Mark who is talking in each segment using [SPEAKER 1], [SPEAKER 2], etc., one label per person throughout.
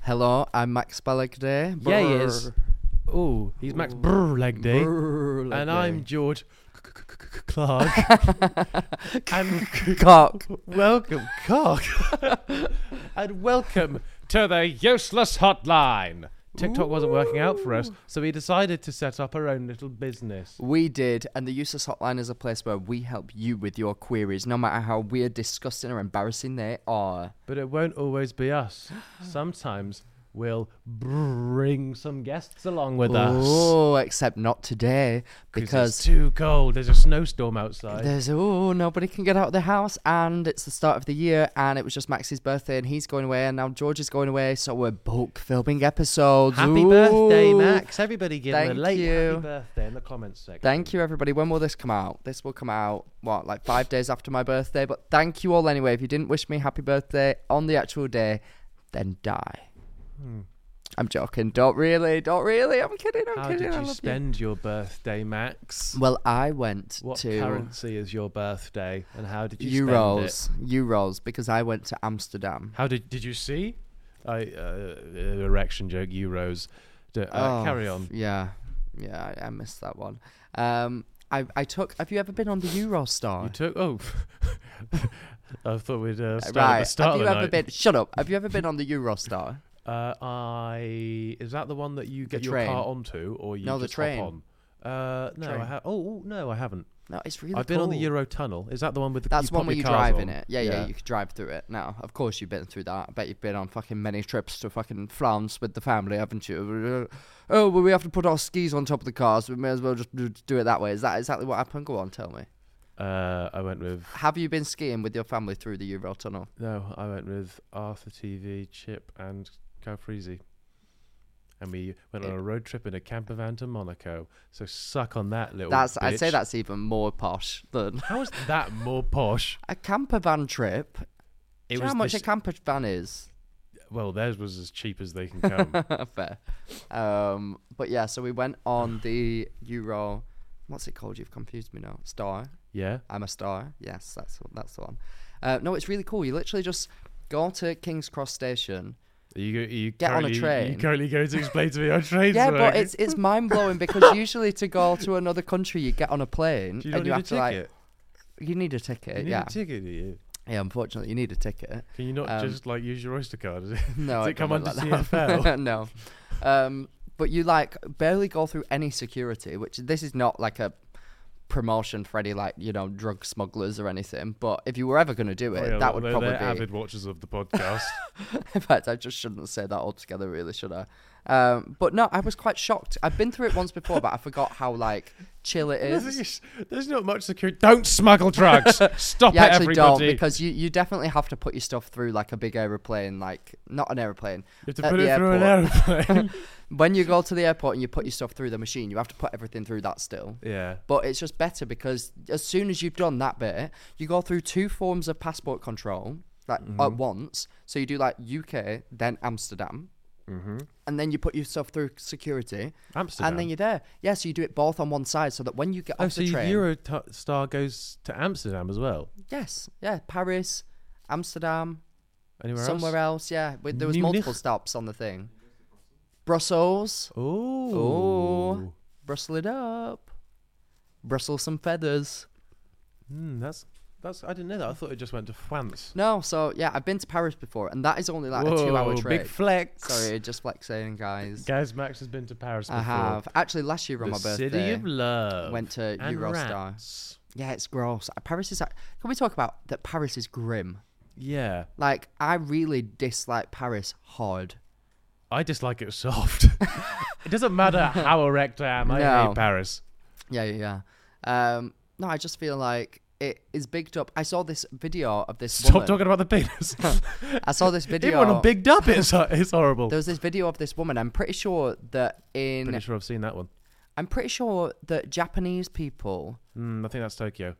[SPEAKER 1] Hello, I'm Max Balagday.
[SPEAKER 2] Yeah, he is. Oh, he's Max Brr leg day.
[SPEAKER 1] Brrr,
[SPEAKER 2] and
[SPEAKER 1] leg day.
[SPEAKER 2] I'm George Clark. and
[SPEAKER 1] Cock.
[SPEAKER 2] welcome, cock. and welcome to the useless hotline. TikTok wasn't working out for us, so we decided to set up our own little business.
[SPEAKER 1] We did, and the Useless Hotline is a place where we help you with your queries, no matter how weird, disgusting, or embarrassing they are.
[SPEAKER 2] But it won't always be us. Sometimes we'll bring some guests along with us.
[SPEAKER 1] Oh, except not today,
[SPEAKER 2] It's
[SPEAKER 1] because
[SPEAKER 2] too cold. There's a snowstorm outside.
[SPEAKER 1] there's oh nobody can get out of the house, and it's the start of the year, and it was just Max's birthday, and he's going away, and now George is going away, so we're both filming episodes.
[SPEAKER 2] Happy birthday,
[SPEAKER 1] Ooh.
[SPEAKER 2] Max. Everybody give him
[SPEAKER 1] Thank
[SPEAKER 2] a late
[SPEAKER 1] you.
[SPEAKER 2] happy birthday in the comments section.
[SPEAKER 1] Thank you, everybody. When will this come out? This will come out, what, like five days after my birthday? But thank you all anyway. If you didn't wish me happy birthday on the actual day, then die.
[SPEAKER 2] Hmm.
[SPEAKER 1] I'm joking. Don't really. Don't really. I'm kidding. I'm
[SPEAKER 2] How
[SPEAKER 1] kidding.
[SPEAKER 2] did
[SPEAKER 1] I
[SPEAKER 2] you
[SPEAKER 1] love
[SPEAKER 2] spend your birthday, Max?
[SPEAKER 1] Well, I went
[SPEAKER 2] What
[SPEAKER 1] to
[SPEAKER 2] currency is your birthday, and how did you spend
[SPEAKER 1] Euros. Euros, because I went to Amsterdam.
[SPEAKER 2] it? How did did you see? I uh, uh, erection joke. Euros. D- uh,
[SPEAKER 1] Oh,
[SPEAKER 2] carry on.
[SPEAKER 1] Yeah. Yeah, I, I missed that one. Um, I, I took. Have you ever been on the Eurostar?
[SPEAKER 2] You took. Oh, I thought we'd uh, start at
[SPEAKER 1] right.
[SPEAKER 2] the start
[SPEAKER 1] Have
[SPEAKER 2] of
[SPEAKER 1] you
[SPEAKER 2] the
[SPEAKER 1] ever
[SPEAKER 2] night.
[SPEAKER 1] been? Shut up. Have you ever been on the Eurostar?
[SPEAKER 2] Uh, I is that the one that you get your
[SPEAKER 1] train.
[SPEAKER 2] car onto, or you
[SPEAKER 1] No, the
[SPEAKER 2] just hop
[SPEAKER 1] train.
[SPEAKER 2] on? Uh, no, I
[SPEAKER 1] Train.
[SPEAKER 2] ha- oh, oh, no, I haven't.
[SPEAKER 1] No, it's really.
[SPEAKER 2] I've been on the
[SPEAKER 1] cool.
[SPEAKER 2] Euro Tunnel. Is that the one with the?
[SPEAKER 1] That's
[SPEAKER 2] you
[SPEAKER 1] one
[SPEAKER 2] pop
[SPEAKER 1] where
[SPEAKER 2] your
[SPEAKER 1] you
[SPEAKER 2] cars
[SPEAKER 1] drive
[SPEAKER 2] on?
[SPEAKER 1] in it. Yeah, yeah, you could drive through it. Now, of course, you've been through that. I bet you've been on fucking many trips to fucking France with the family, haven't you? Oh, well, we have to put our skis on top of the cars. we may as well just do- do it that way. Is that exactly what happened? Go on, tell me.
[SPEAKER 2] Uh, I went with
[SPEAKER 1] Have you been skiing with your family through the Euro Tunnel?
[SPEAKER 2] No, I went with Arthur TV, Chip, and Calfreezy. And we went on a road trip in a camper van to Monaco. So suck on that little.
[SPEAKER 1] That's. I'd say
[SPEAKER 2] Oh, bitch.
[SPEAKER 1] that's even more posh than
[SPEAKER 2] How is that more posh?
[SPEAKER 1] a camper van trip. do
[SPEAKER 2] It
[SPEAKER 1] you know how much
[SPEAKER 2] this-
[SPEAKER 1] a camper van is?
[SPEAKER 2] well, theirs was as cheap as they can come.
[SPEAKER 1] Fair. Um, but yeah, so we went on the Euro. What's it called? You've confused me now. Star.
[SPEAKER 2] yeah.
[SPEAKER 1] I'm a star. Yes, that's that's the one. Uh, no, it's really cool. You literally just go to King's Cross Station.
[SPEAKER 2] Are you, are you
[SPEAKER 1] Get on a
[SPEAKER 2] currently- You
[SPEAKER 1] train.
[SPEAKER 2] currently going to explain to me how trains
[SPEAKER 1] Yeah,
[SPEAKER 2] work?
[SPEAKER 1] but it's it's mind blowing because usually to go to another country, you get on a plane
[SPEAKER 2] Do you not
[SPEAKER 1] and you
[SPEAKER 2] need
[SPEAKER 1] have
[SPEAKER 2] a
[SPEAKER 1] to
[SPEAKER 2] ticket?
[SPEAKER 1] like you need a ticket.
[SPEAKER 2] you need
[SPEAKER 1] yeah,
[SPEAKER 2] a ticket, do you?
[SPEAKER 1] yeah. Unfortunately, you need a ticket.
[SPEAKER 2] Can you not
[SPEAKER 1] Um,
[SPEAKER 2] just like use your Oyster card? Does it,
[SPEAKER 1] No,
[SPEAKER 2] does it
[SPEAKER 1] it
[SPEAKER 2] come
[SPEAKER 1] doesn't
[SPEAKER 2] under
[SPEAKER 1] work like
[SPEAKER 2] CFL?
[SPEAKER 1] that. no, um, but you like barely go through any security, which this is not like a promotion for any like you know drug smugglers or anything. But if you were ever going to do it,
[SPEAKER 2] Oh, yeah,
[SPEAKER 1] that would
[SPEAKER 2] they're,
[SPEAKER 1] probably
[SPEAKER 2] they're
[SPEAKER 1] be
[SPEAKER 2] avid watchers of the podcast.
[SPEAKER 1] In fact, I just shouldn't say that altogether, really, should I? Um, but no, I was quite shocked. I've been through it once before, but I forgot how like chill it is.
[SPEAKER 2] There's, there's not much security. Don't smuggle drugs. Stop
[SPEAKER 1] You
[SPEAKER 2] it,
[SPEAKER 1] actually
[SPEAKER 2] everybody.
[SPEAKER 1] don't because you, you definitely have to put your stuff through like a big aeroplane, like not an aeroplane.
[SPEAKER 2] you have to
[SPEAKER 1] at
[SPEAKER 2] put
[SPEAKER 1] the
[SPEAKER 2] it through an
[SPEAKER 1] airport.
[SPEAKER 2] aeroplane.
[SPEAKER 1] When you go to the airport and you put your stuff through the machine, you have to put everything through that still.
[SPEAKER 2] yeah.
[SPEAKER 1] But it's just better because as soon as you've done that bit, you go through two forms of passport control like
[SPEAKER 2] Mm-hmm.
[SPEAKER 1] at once. So you do like UK, then Amsterdam, and then you put yourself through security,
[SPEAKER 2] Mm-hmm. Amsterdam?
[SPEAKER 1] and then you're there. Yeah, so you do it both on one side, so that when you get
[SPEAKER 2] Oh,
[SPEAKER 1] off
[SPEAKER 2] so
[SPEAKER 1] the
[SPEAKER 2] your
[SPEAKER 1] train,
[SPEAKER 2] Eurostar goes to Amsterdam as well.
[SPEAKER 1] yes, yeah, Paris, Amsterdam,
[SPEAKER 2] Anywhere
[SPEAKER 1] somewhere else. Yeah, with, there was
[SPEAKER 2] Munich?
[SPEAKER 1] multiple stops on the thing. Brussels,
[SPEAKER 2] Oh.
[SPEAKER 1] Brussel it up, Brussels some feathers.
[SPEAKER 2] Hmm, that's That's I didn't know that. I thought it just went to France.
[SPEAKER 1] No, so yeah, I've been to Paris before, and that is only like a two-hour
[SPEAKER 2] Whoa,
[SPEAKER 1] trip.
[SPEAKER 2] Big flex.
[SPEAKER 1] Sorry, just flexing, guys.
[SPEAKER 2] Guys, Max has been to Paris before.
[SPEAKER 1] I have actually last year on
[SPEAKER 2] The
[SPEAKER 1] my birthday.
[SPEAKER 2] city of love.
[SPEAKER 1] went to
[SPEAKER 2] and
[SPEAKER 1] Eurostar.
[SPEAKER 2] rats.
[SPEAKER 1] Yeah, it's gross. Uh, Paris is. ac- Can we talk about that? Paris is grim.
[SPEAKER 2] Yeah,
[SPEAKER 1] Like I really dislike Paris hard.
[SPEAKER 2] I dislike it soft. it doesn't matter how erect I am. I
[SPEAKER 1] No.
[SPEAKER 2] hate Paris.
[SPEAKER 1] Yeah, yeah, yeah. Um, no, I just feel like it is bigged up. I saw this video of this.
[SPEAKER 2] Stop
[SPEAKER 1] woman.
[SPEAKER 2] talking about the penis.
[SPEAKER 1] I saw this video.
[SPEAKER 2] Everyone on bigged up. It's uh, it's horrible.
[SPEAKER 1] There was this video of this woman. I'm pretty sure that in
[SPEAKER 2] Pretty sure I've seen that one.
[SPEAKER 1] I'm pretty sure that Japanese people
[SPEAKER 2] Mm, I think that's Tokyo.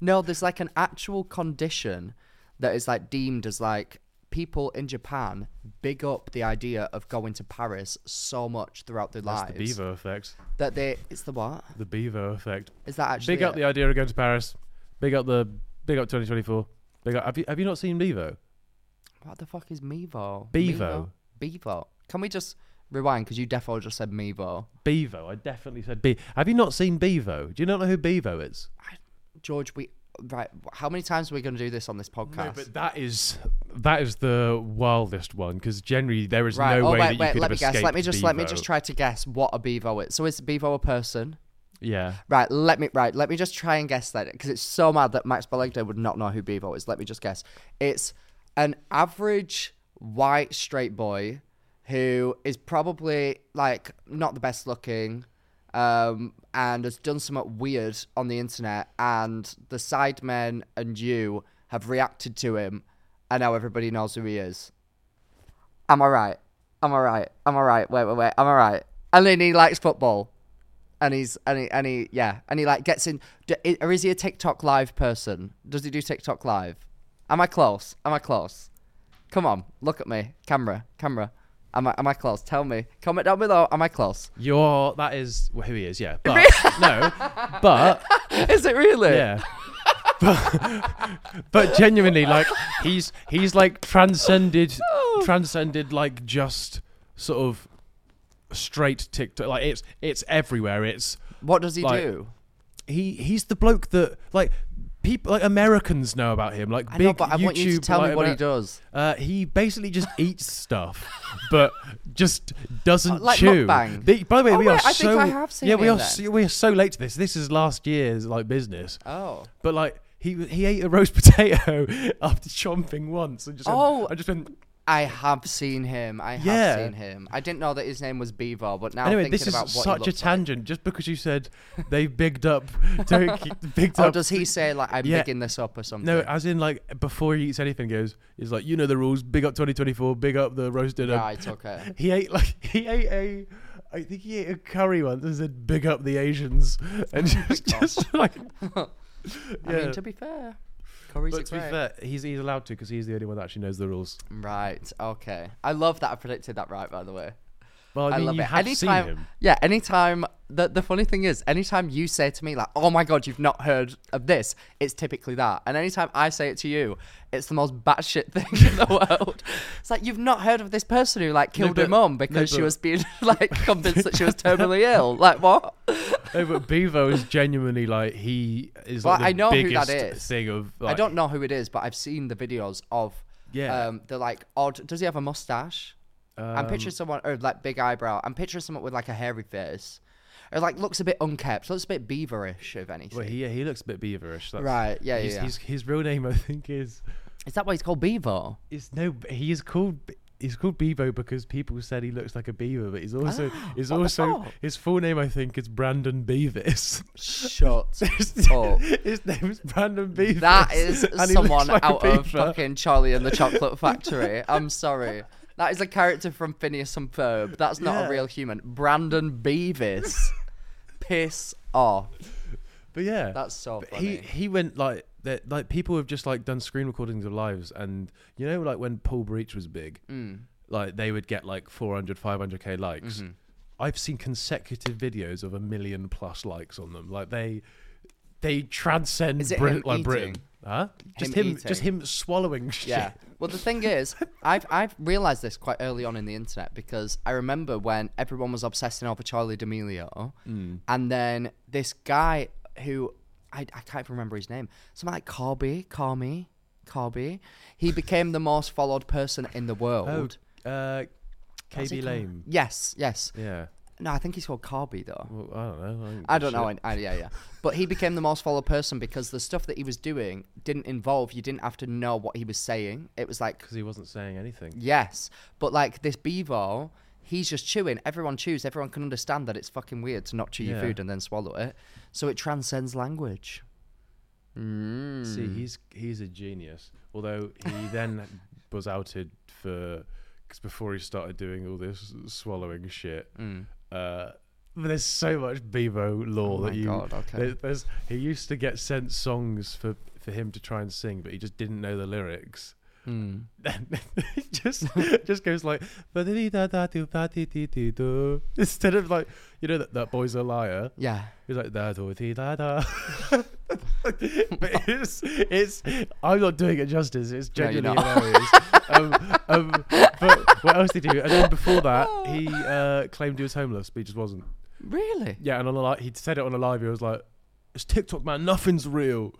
[SPEAKER 1] No, there's like an actual condition that is like deemed as like people in Japan big up the idea of going to Paris so much throughout their
[SPEAKER 2] That's
[SPEAKER 1] lives
[SPEAKER 2] the Bevo effect.
[SPEAKER 1] that they it's the what
[SPEAKER 2] The Bevo effect.
[SPEAKER 1] is that actually
[SPEAKER 2] Big up
[SPEAKER 1] it?
[SPEAKER 2] the idea of going to Paris. Big up the big up 2024. Big up. Have you have you not seen Bevo?
[SPEAKER 1] what the fuck is Mevo
[SPEAKER 2] Bevo.
[SPEAKER 1] Mevo? Bevo can we just rewind because you defo just said Mevo
[SPEAKER 2] Bevo. I definitely said Be. Have you not seen Bevo? Do you not know who Bevo is?
[SPEAKER 1] George we right how many times are we gonna do this on this podcast
[SPEAKER 2] but that is that is the wildest one because generally there is
[SPEAKER 1] right
[SPEAKER 2] no
[SPEAKER 1] oh wait
[SPEAKER 2] way that you
[SPEAKER 1] wait
[SPEAKER 2] could
[SPEAKER 1] let me
[SPEAKER 2] have
[SPEAKER 1] guess let
[SPEAKER 2] escaped
[SPEAKER 1] me just let me
[SPEAKER 2] Bevo.
[SPEAKER 1] just try to guess what a Bevo is so is Bevo a person
[SPEAKER 2] Yeah.
[SPEAKER 1] Right, let me right, let me just try and guess that because it's so mad that Max Belegdo would not know who Bevo is. Let me just guess. It's an average white straight boy who is probably like not the best looking um and has done something weird on the internet and the sidemen and you have reacted to him and now everybody knows who he is. Am I right? Am I right? Am I right? Wait, wait, wait. Am I right? And then he likes football and he's and he and he yeah and he like gets in d- i- or is he a tiktok live person does he do tiktok live am i close am i close come on look at me camera camera am i am i close tell me comment down below am i close
[SPEAKER 2] You're that is well, who he is. Yeah. But no. But
[SPEAKER 1] is it really
[SPEAKER 2] yeah. But, but genuinely, like he's he's like transcended,
[SPEAKER 1] Oh.
[SPEAKER 2] transcended like just sort of straight TikTok. Like it's it's everywhere. It's
[SPEAKER 1] what does he
[SPEAKER 2] Like,
[SPEAKER 1] do
[SPEAKER 2] he he's the bloke that like people like Americans know about him. Like
[SPEAKER 1] I
[SPEAKER 2] big
[SPEAKER 1] know, but I
[SPEAKER 2] YouTube,
[SPEAKER 1] want you to tell me
[SPEAKER 2] like,
[SPEAKER 1] what he
[SPEAKER 2] Amer-
[SPEAKER 1] does.
[SPEAKER 2] Uh, he basically just eats stuff, but just doesn't
[SPEAKER 1] Like
[SPEAKER 2] chew.
[SPEAKER 1] mukbang.
[SPEAKER 2] The- by the way,
[SPEAKER 1] Oh,
[SPEAKER 2] we
[SPEAKER 1] wait,
[SPEAKER 2] are
[SPEAKER 1] I
[SPEAKER 2] so
[SPEAKER 1] think I have seen
[SPEAKER 2] yeah we
[SPEAKER 1] him
[SPEAKER 2] are
[SPEAKER 1] then.
[SPEAKER 2] so, we are so late to this. This is last year's like business.
[SPEAKER 1] Oh.
[SPEAKER 2] but like he he ate a roast potato after chomping once and just went-
[SPEAKER 1] Oh.
[SPEAKER 2] I just went.
[SPEAKER 1] I have seen him. I have
[SPEAKER 2] Yeah.
[SPEAKER 1] seen him. I didn't know that his name was Bevo, but now
[SPEAKER 2] Anyway,
[SPEAKER 1] thinking
[SPEAKER 2] this is
[SPEAKER 1] about what
[SPEAKER 2] such
[SPEAKER 1] he
[SPEAKER 2] a
[SPEAKER 1] looks like-
[SPEAKER 2] tangent. Just because you said they bigged up, Turkey, bigged
[SPEAKER 1] Oh,
[SPEAKER 2] up.
[SPEAKER 1] does he say like I'm
[SPEAKER 2] Yeah.
[SPEAKER 1] picking this up or something?
[SPEAKER 2] No, as in like before he eats anything, goes is like you know the rules. Big up 2024. Big up the roast dinner.
[SPEAKER 1] Right, okay.
[SPEAKER 2] He ate like he ate a. I think he ate a curry once and said, "Big up the Asians," and just, just like.
[SPEAKER 1] I mean, to be fair, Corey's a
[SPEAKER 2] but to be
[SPEAKER 1] great-
[SPEAKER 2] fair, he's he's allowed to because he's the only one that actually knows the rules.
[SPEAKER 1] Right. Okay. I love that I predicted that right. By the way,
[SPEAKER 2] Well, I, mean,
[SPEAKER 1] love
[SPEAKER 2] you
[SPEAKER 1] it.
[SPEAKER 2] have
[SPEAKER 1] anytime,
[SPEAKER 2] seen him.
[SPEAKER 1] yeah. Anytime. The the funny thing is, anytime you say to me like, "Oh my god, you've not heard of this," it's typically that. And anytime I say it to you, it's the most batshit thing in the world. It's like you've not heard of this person who like killed her
[SPEAKER 2] but-
[SPEAKER 1] mum
[SPEAKER 2] no,
[SPEAKER 1] because she
[SPEAKER 2] but-
[SPEAKER 1] was being like convinced that she was terminally ill. Like what?
[SPEAKER 2] No, but Bevo is genuinely like he is.
[SPEAKER 1] Well,
[SPEAKER 2] like, the
[SPEAKER 1] I know who that
[SPEAKER 2] biggest
[SPEAKER 1] is.
[SPEAKER 2] Thing of
[SPEAKER 1] I
[SPEAKER 2] like-
[SPEAKER 1] don't know who it is, but I've seen the videos of.
[SPEAKER 2] Yeah.
[SPEAKER 1] Um, the like odd. Does he have a mustache? I'm
[SPEAKER 2] Um,
[SPEAKER 1] picturing someone or like big eyebrow. I'm picturing someone with like a hairy face, or like looks a bit unkept, looks a bit beaverish, if anything.
[SPEAKER 2] Well, he yeah, he looks a bit beaverish. That's,
[SPEAKER 1] Right, yeah,
[SPEAKER 2] he's,
[SPEAKER 1] yeah, yeah.
[SPEAKER 2] He's, his real name, I think, is
[SPEAKER 1] Is that why he's called Beaver?
[SPEAKER 2] It's no. b- He is called. b- He's called Bebo because people said he looks like a beaver, but he's also he's
[SPEAKER 1] Ah, what the
[SPEAKER 2] also
[SPEAKER 1] fuck?
[SPEAKER 2] his full name I think is Brandon Beavis.
[SPEAKER 1] Shut
[SPEAKER 2] his,
[SPEAKER 1] up.
[SPEAKER 2] his name is Brandon Beavis.
[SPEAKER 1] Oh. That is
[SPEAKER 2] and he looks
[SPEAKER 1] someone
[SPEAKER 2] like a
[SPEAKER 1] out of
[SPEAKER 2] beaver.
[SPEAKER 1] fucking Charlie and the Chocolate Factory. I'm sorry. That is a character from Phineas and Ferb. That's not
[SPEAKER 2] Yeah.
[SPEAKER 1] a real human. Brandon Beavis. Piss off.
[SPEAKER 2] But yeah,
[SPEAKER 1] That's so
[SPEAKER 2] But He
[SPEAKER 1] funny.
[SPEAKER 2] he went like that. Like people have just like done screen recordings of lives, and you know, like when Paul Breach was big,
[SPEAKER 1] Mm.
[SPEAKER 2] like they would get like 400, 500 k likes.
[SPEAKER 1] Mm-hmm.
[SPEAKER 2] I've seen consecutive videos of a million plus likes on them. Like they they transcend
[SPEAKER 1] Is it
[SPEAKER 2] Brit-
[SPEAKER 1] him
[SPEAKER 2] like Britain.
[SPEAKER 1] eating?
[SPEAKER 2] Huh? Just
[SPEAKER 1] Him
[SPEAKER 2] him, just
[SPEAKER 1] eating?
[SPEAKER 2] him swallowing shit.
[SPEAKER 1] Yeah. Well, the thing is, I've I've realized this quite early on in the internet because I remember when everyone was obsessing over Charlie D'Amelio, and then this guy who I, I can't even remember his name. Something like Corby, Corby, Corby. He became the most followed person in the world.
[SPEAKER 2] Oh, uh, KB Lame.
[SPEAKER 1] Yes, yes.
[SPEAKER 2] Yeah.
[SPEAKER 1] No, I think he's called Corby though.
[SPEAKER 2] Well, I don't know. I,
[SPEAKER 1] I don't know. I, I, yeah, yeah. But he became the most followed person because the stuff that he was doing didn't involve. You didn't have to know what he was saying. It was like
[SPEAKER 2] Because he wasn't saying anything.
[SPEAKER 1] yes, but like this Bevo, he's just chewing. Everyone chews. Everyone can understand that it's fucking weird to not chew your
[SPEAKER 2] Yeah.
[SPEAKER 1] food and then swallow it. So it transcends language. Mm.
[SPEAKER 2] See,
[SPEAKER 1] Hmm.
[SPEAKER 2] he's he's a genius. Although he then was outed for because before he started doing all this swallowing shit.
[SPEAKER 1] Hmm.
[SPEAKER 2] Uh, there's so much Bebo lore
[SPEAKER 1] Oh my
[SPEAKER 2] that you.
[SPEAKER 1] God, okay.
[SPEAKER 2] there- there's, he used to get sent songs for for him to try and sing, but he just didn't know the lyrics.
[SPEAKER 1] Hmm.
[SPEAKER 2] Then it just just goes like "Ba-di-di-da-da-do-ba-di-di-di-do." instead of like you know that that boy's a liar.
[SPEAKER 1] Yeah.
[SPEAKER 2] He's like da da dee, da da. but it's it's I'm not doing it justice. It's
[SPEAKER 1] No, you're
[SPEAKER 2] genuinely hilarious. um, um, but what else did he do? And then before that, he uh, claimed he was homeless, but he just wasn't.
[SPEAKER 1] Really?
[SPEAKER 2] Yeah, and on a live, he said it on a live. He was like, "It's TikTok, man. Nothing's real.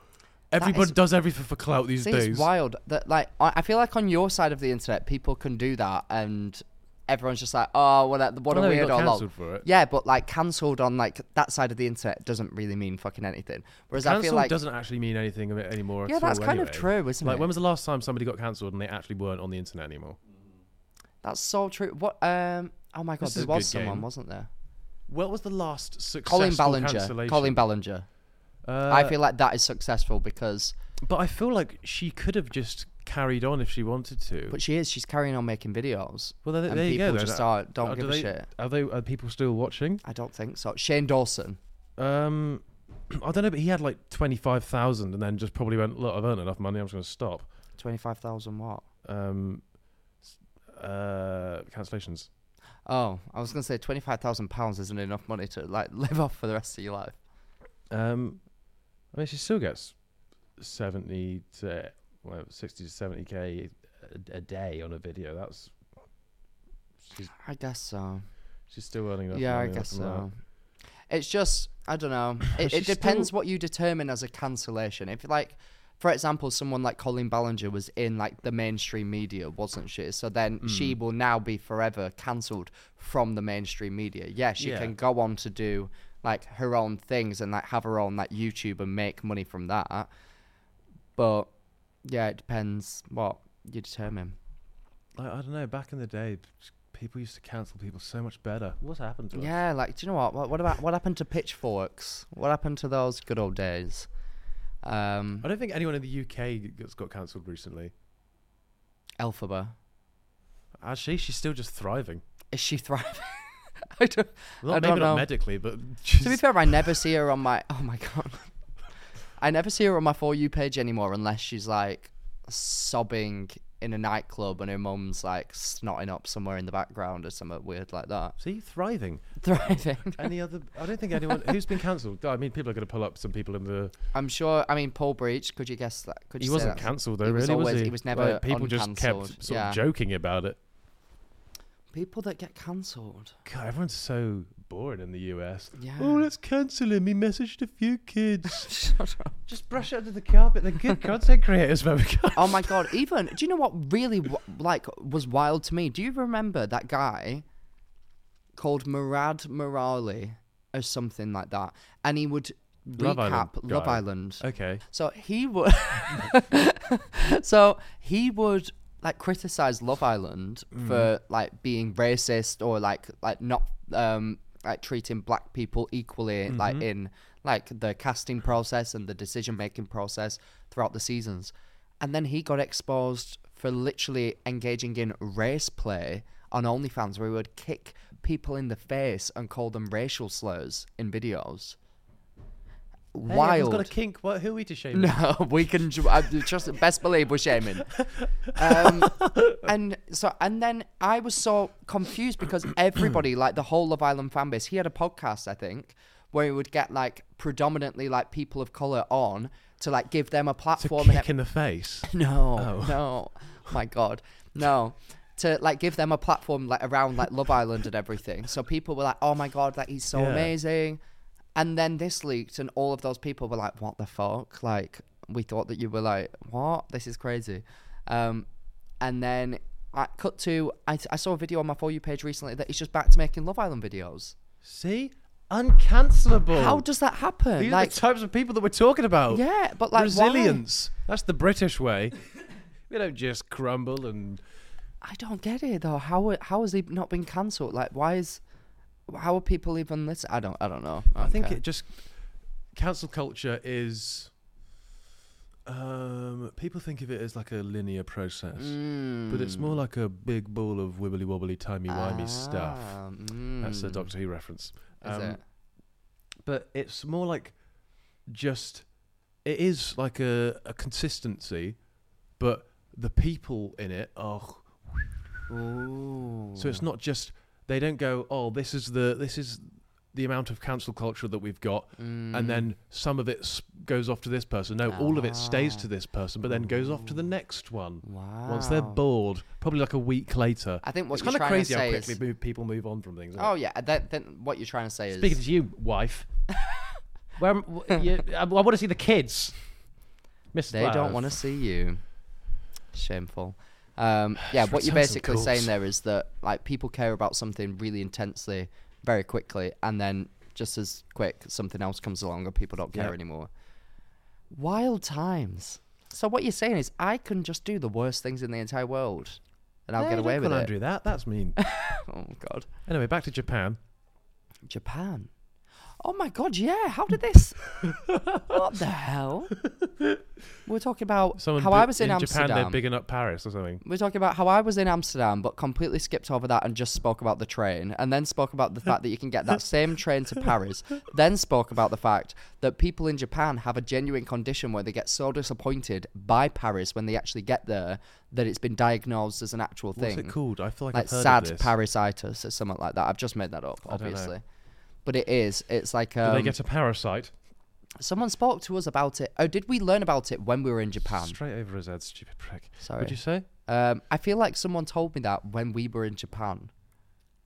[SPEAKER 2] Everybody
[SPEAKER 1] is-
[SPEAKER 2] does everything for clout these
[SPEAKER 1] See,
[SPEAKER 2] days."
[SPEAKER 1] it's wild that like I I feel like on your side of the internet, people can do that, and everyone's just like, oh, what a, what a
[SPEAKER 2] Well, no, he
[SPEAKER 1] weirdo.
[SPEAKER 2] got
[SPEAKER 1] lol."
[SPEAKER 2] cancelled for it.
[SPEAKER 1] Yeah, but like cancelled on like that side of the internet doesn't really mean fucking anything. Whereas I feel
[SPEAKER 2] Cancelled
[SPEAKER 1] like
[SPEAKER 2] doesn't actually mean anything of it anymore.
[SPEAKER 1] Yeah,
[SPEAKER 2] at
[SPEAKER 1] that's
[SPEAKER 2] all
[SPEAKER 1] kind of
[SPEAKER 2] anyway.
[SPEAKER 1] true, isn't
[SPEAKER 2] like,
[SPEAKER 1] it?
[SPEAKER 2] When was the last time somebody got cancelled and they actually weren't on the internet anymore?
[SPEAKER 1] that's so true. What? Um. Oh my god,
[SPEAKER 2] This is
[SPEAKER 1] there
[SPEAKER 2] a
[SPEAKER 1] was
[SPEAKER 2] good
[SPEAKER 1] someone,
[SPEAKER 2] game.
[SPEAKER 1] wasn't there?
[SPEAKER 2] What was the last successful
[SPEAKER 1] Colin Ballinger.
[SPEAKER 2] cancellation? Uh,
[SPEAKER 1] Colin Ballinger. I feel like that is successful because,
[SPEAKER 2] But I feel like she could have just carried on if she wanted to.
[SPEAKER 1] but she is. She's carrying on making videos.
[SPEAKER 2] well, there,
[SPEAKER 1] and
[SPEAKER 2] there you
[SPEAKER 1] people
[SPEAKER 2] go. then.
[SPEAKER 1] just are, don't
[SPEAKER 2] Uh, do
[SPEAKER 1] give
[SPEAKER 2] they-
[SPEAKER 1] a shit.
[SPEAKER 2] Are they? Are people still watching?
[SPEAKER 1] I don't think so. Shane Dawson.
[SPEAKER 2] Um, I don't know, but he had like twenty five thousand, and then just probably went, "Look, I've earned enough money. I'm just going to stop."
[SPEAKER 1] Twenty-five thousand what?
[SPEAKER 2] Um, s- uh, cancellations.
[SPEAKER 1] Oh, I was gonna say twenty-five thousand pounds isn't enough money to like live off for the rest of your life.
[SPEAKER 2] Um, I mean, she still gets seventy to well, sixty to seventy k a, a day on a video. That's she's
[SPEAKER 1] I guess so.
[SPEAKER 2] she's still earning enough
[SPEAKER 1] yeah, I
[SPEAKER 2] money
[SPEAKER 1] guess
[SPEAKER 2] from that.
[SPEAKER 1] so. It's just I don't know. It, it
[SPEAKER 2] She's
[SPEAKER 1] depends
[SPEAKER 2] still-
[SPEAKER 1] what you determine as a cancellation. If like, for example, someone like Colleen Ballinger was in like the mainstream media, wasn't she? So then
[SPEAKER 2] Hmm.
[SPEAKER 1] she will now be forever cancelled from the mainstream media. Yeah, she
[SPEAKER 2] Yeah.
[SPEAKER 1] can go on to do like her own things and like have her own like YouTube and make money from that. But yeah, it depends what you determine.
[SPEAKER 2] like I don't know, back in the day, p- people used to cancel people so much better. What's happened to us?
[SPEAKER 1] Yeah, like do you know what? What, what about what happened to pitchforks? What happened to those good old days? Um,
[SPEAKER 2] I don't think anyone in the UK has got cancelled recently.
[SPEAKER 1] Elphaba.
[SPEAKER 2] Actually, she's still just thriving.
[SPEAKER 1] Is she thriving? I don't,
[SPEAKER 2] Not,
[SPEAKER 1] I
[SPEAKER 2] maybe
[SPEAKER 1] don't
[SPEAKER 2] not
[SPEAKER 1] know.
[SPEAKER 2] medically, but
[SPEAKER 1] to be fair, I never see her on my. Oh my god. I never see her on my For You page anymore unless she's like sobbing in a nightclub and her mum's like snotting up somewhere in the background or something weird like that.
[SPEAKER 2] see, thriving.
[SPEAKER 1] Thriving.
[SPEAKER 2] Any other? I don't think anyone who's been cancelled. I mean, people are going to pull up some people in the.
[SPEAKER 1] I'm sure. I mean, Paul Breach. Could you guess that? Could you
[SPEAKER 2] He
[SPEAKER 1] say
[SPEAKER 2] wasn't
[SPEAKER 1] that's-
[SPEAKER 2] cancelled though,
[SPEAKER 1] he
[SPEAKER 2] really,
[SPEAKER 1] was, always,
[SPEAKER 2] he?
[SPEAKER 1] He was never.
[SPEAKER 2] Like, people just
[SPEAKER 1] uncancelled.
[SPEAKER 2] kept sort
[SPEAKER 1] yeah.
[SPEAKER 2] of joking about it.
[SPEAKER 1] People that get cancelled.
[SPEAKER 2] God, everyone's so boring in the US.
[SPEAKER 1] Yeah.
[SPEAKER 2] Oh, let's cancel him. He messaged a few kids. Just brush it under the carpet. They're good content creators, man.
[SPEAKER 1] Oh my god! Even do you know what really w- like was wild to me? Do you remember that guy called Murad Murali or something like that? And he would
[SPEAKER 2] Love Island
[SPEAKER 1] recap Love
[SPEAKER 2] guy.
[SPEAKER 1] Island.
[SPEAKER 2] Okay.
[SPEAKER 1] So he would. so he would like criticize Love Island for like being racist or like like not um like treating black people equally like in like the casting process and the decision making process throughout the seasons. And then he got exposed for literally engaging in race play on OnlyFans where he would kick people in the face and call them racial slurs in videos.
[SPEAKER 2] Hey,
[SPEAKER 1] Wild.
[SPEAKER 2] everyone's got a kink. What, who are we to shame?
[SPEAKER 1] No, we can ju- I just best believe we're shaming. Um, and so, and then I was so confused because everybody, like the whole Love Island fan base, he had a podcast, I think, where he would get like predominantly like people of color on to like give them a platform. and
[SPEAKER 2] kick in the face.
[SPEAKER 1] no, no, my God, no. To like give them a platform like around like Love Island and everything, so people were like, "Oh my God, like he's so
[SPEAKER 2] Yeah.
[SPEAKER 1] amazing," And then this leaked, and all of those people were like, "What the fuck?" Like, we thought that you were like, "What? This is crazy." Um, and then I cut to I, I saw a video on my for you page recently that he's just back to making Love Island videos.
[SPEAKER 2] See, uncancelable.
[SPEAKER 1] How does that happen?
[SPEAKER 2] These
[SPEAKER 1] like,
[SPEAKER 2] are the types of people that we're talking about.
[SPEAKER 1] Yeah, but, like,
[SPEAKER 2] resilience. That's the British way. we don't just crumble and
[SPEAKER 1] I don't get it though. How how has he not been cancelled? Like, why is how are people even listen? I don't I don't know.
[SPEAKER 2] I think
[SPEAKER 1] Okay.
[SPEAKER 2] it just cancel culture is. Um, people think of it as like a linear process, but it's more like a big ball of wibbly wobbly timey wimey stuff. That's a Doctor Who reference.
[SPEAKER 1] Ah, mm. Is
[SPEAKER 2] Um,
[SPEAKER 1] it?
[SPEAKER 2] But it's more like just it is like a, a consistency, but the people in it are so it's not just they don't go, oh, this is the this is the amount of council culture that we've got, and
[SPEAKER 1] Mm.
[SPEAKER 2] then some of it s- goes off to this person. No, all of it stays to this person, but then goes off to
[SPEAKER 1] Oh.
[SPEAKER 2] the next one. Wow. Once they're bored, probably like a week later.
[SPEAKER 1] I think what
[SPEAKER 2] it's
[SPEAKER 1] you're
[SPEAKER 2] kind
[SPEAKER 1] trying
[SPEAKER 2] of
[SPEAKER 1] to
[SPEAKER 2] crazy
[SPEAKER 1] say
[SPEAKER 2] how
[SPEAKER 1] is-
[SPEAKER 2] quickly move, people move on from things. isn't it?
[SPEAKER 1] Oh yeah, that, then what you're trying to say is
[SPEAKER 3] Speaking to you, wife. Where am- w- you, I, want to see the kids. Miss
[SPEAKER 1] they don't want to see you. Shameful. Um, yeah, what you're
[SPEAKER 2] sounds so
[SPEAKER 1] basically
[SPEAKER 2] cool.
[SPEAKER 1] saying there is that like people care about something really intensely, very quickly, and then just as quick something else comes along and people don't care anymore. Wild times. So what you're saying is I can just do the worst things in the entire world, and I'll
[SPEAKER 2] No,
[SPEAKER 1] get
[SPEAKER 2] don't
[SPEAKER 1] away with
[SPEAKER 2] call
[SPEAKER 1] it.
[SPEAKER 2] Andrew that. That's mean.
[SPEAKER 1] Oh God.
[SPEAKER 2] anyway, back to Japan.
[SPEAKER 1] Japan. Oh my god, yeah. How did this? what the hell? We're talking about
[SPEAKER 2] Someone
[SPEAKER 1] how
[SPEAKER 2] bi-
[SPEAKER 1] I was in,
[SPEAKER 2] Japan,
[SPEAKER 1] Amsterdam.
[SPEAKER 2] they're bigging up Paris or something.
[SPEAKER 1] We're talking about how I was in Amsterdam, but completely skipped over that and just spoke about the train, and then spoke about the fact that you can get that same train to Paris. Then spoke about the fact that people in Japan have a genuine condition where they get so disappointed by Paris when they actually get there that it's been diagnosed as an actual
[SPEAKER 2] What's
[SPEAKER 1] thing.
[SPEAKER 2] it called? I feel like,
[SPEAKER 1] Like
[SPEAKER 2] I've heard of
[SPEAKER 1] sad
[SPEAKER 2] this.
[SPEAKER 1] parasitis or something like that. I've just made that up,
[SPEAKER 2] don't know.
[SPEAKER 1] obviously. But it is. It's like um,
[SPEAKER 2] Do they get a parasite
[SPEAKER 1] Someone spoke to us about it. Oh, did we learn about it when we were in Japan?
[SPEAKER 2] straight over his head? Stupid prick.
[SPEAKER 1] Sorry.
[SPEAKER 2] Would you say?
[SPEAKER 1] Um, I feel like someone told me that when we were in Japan.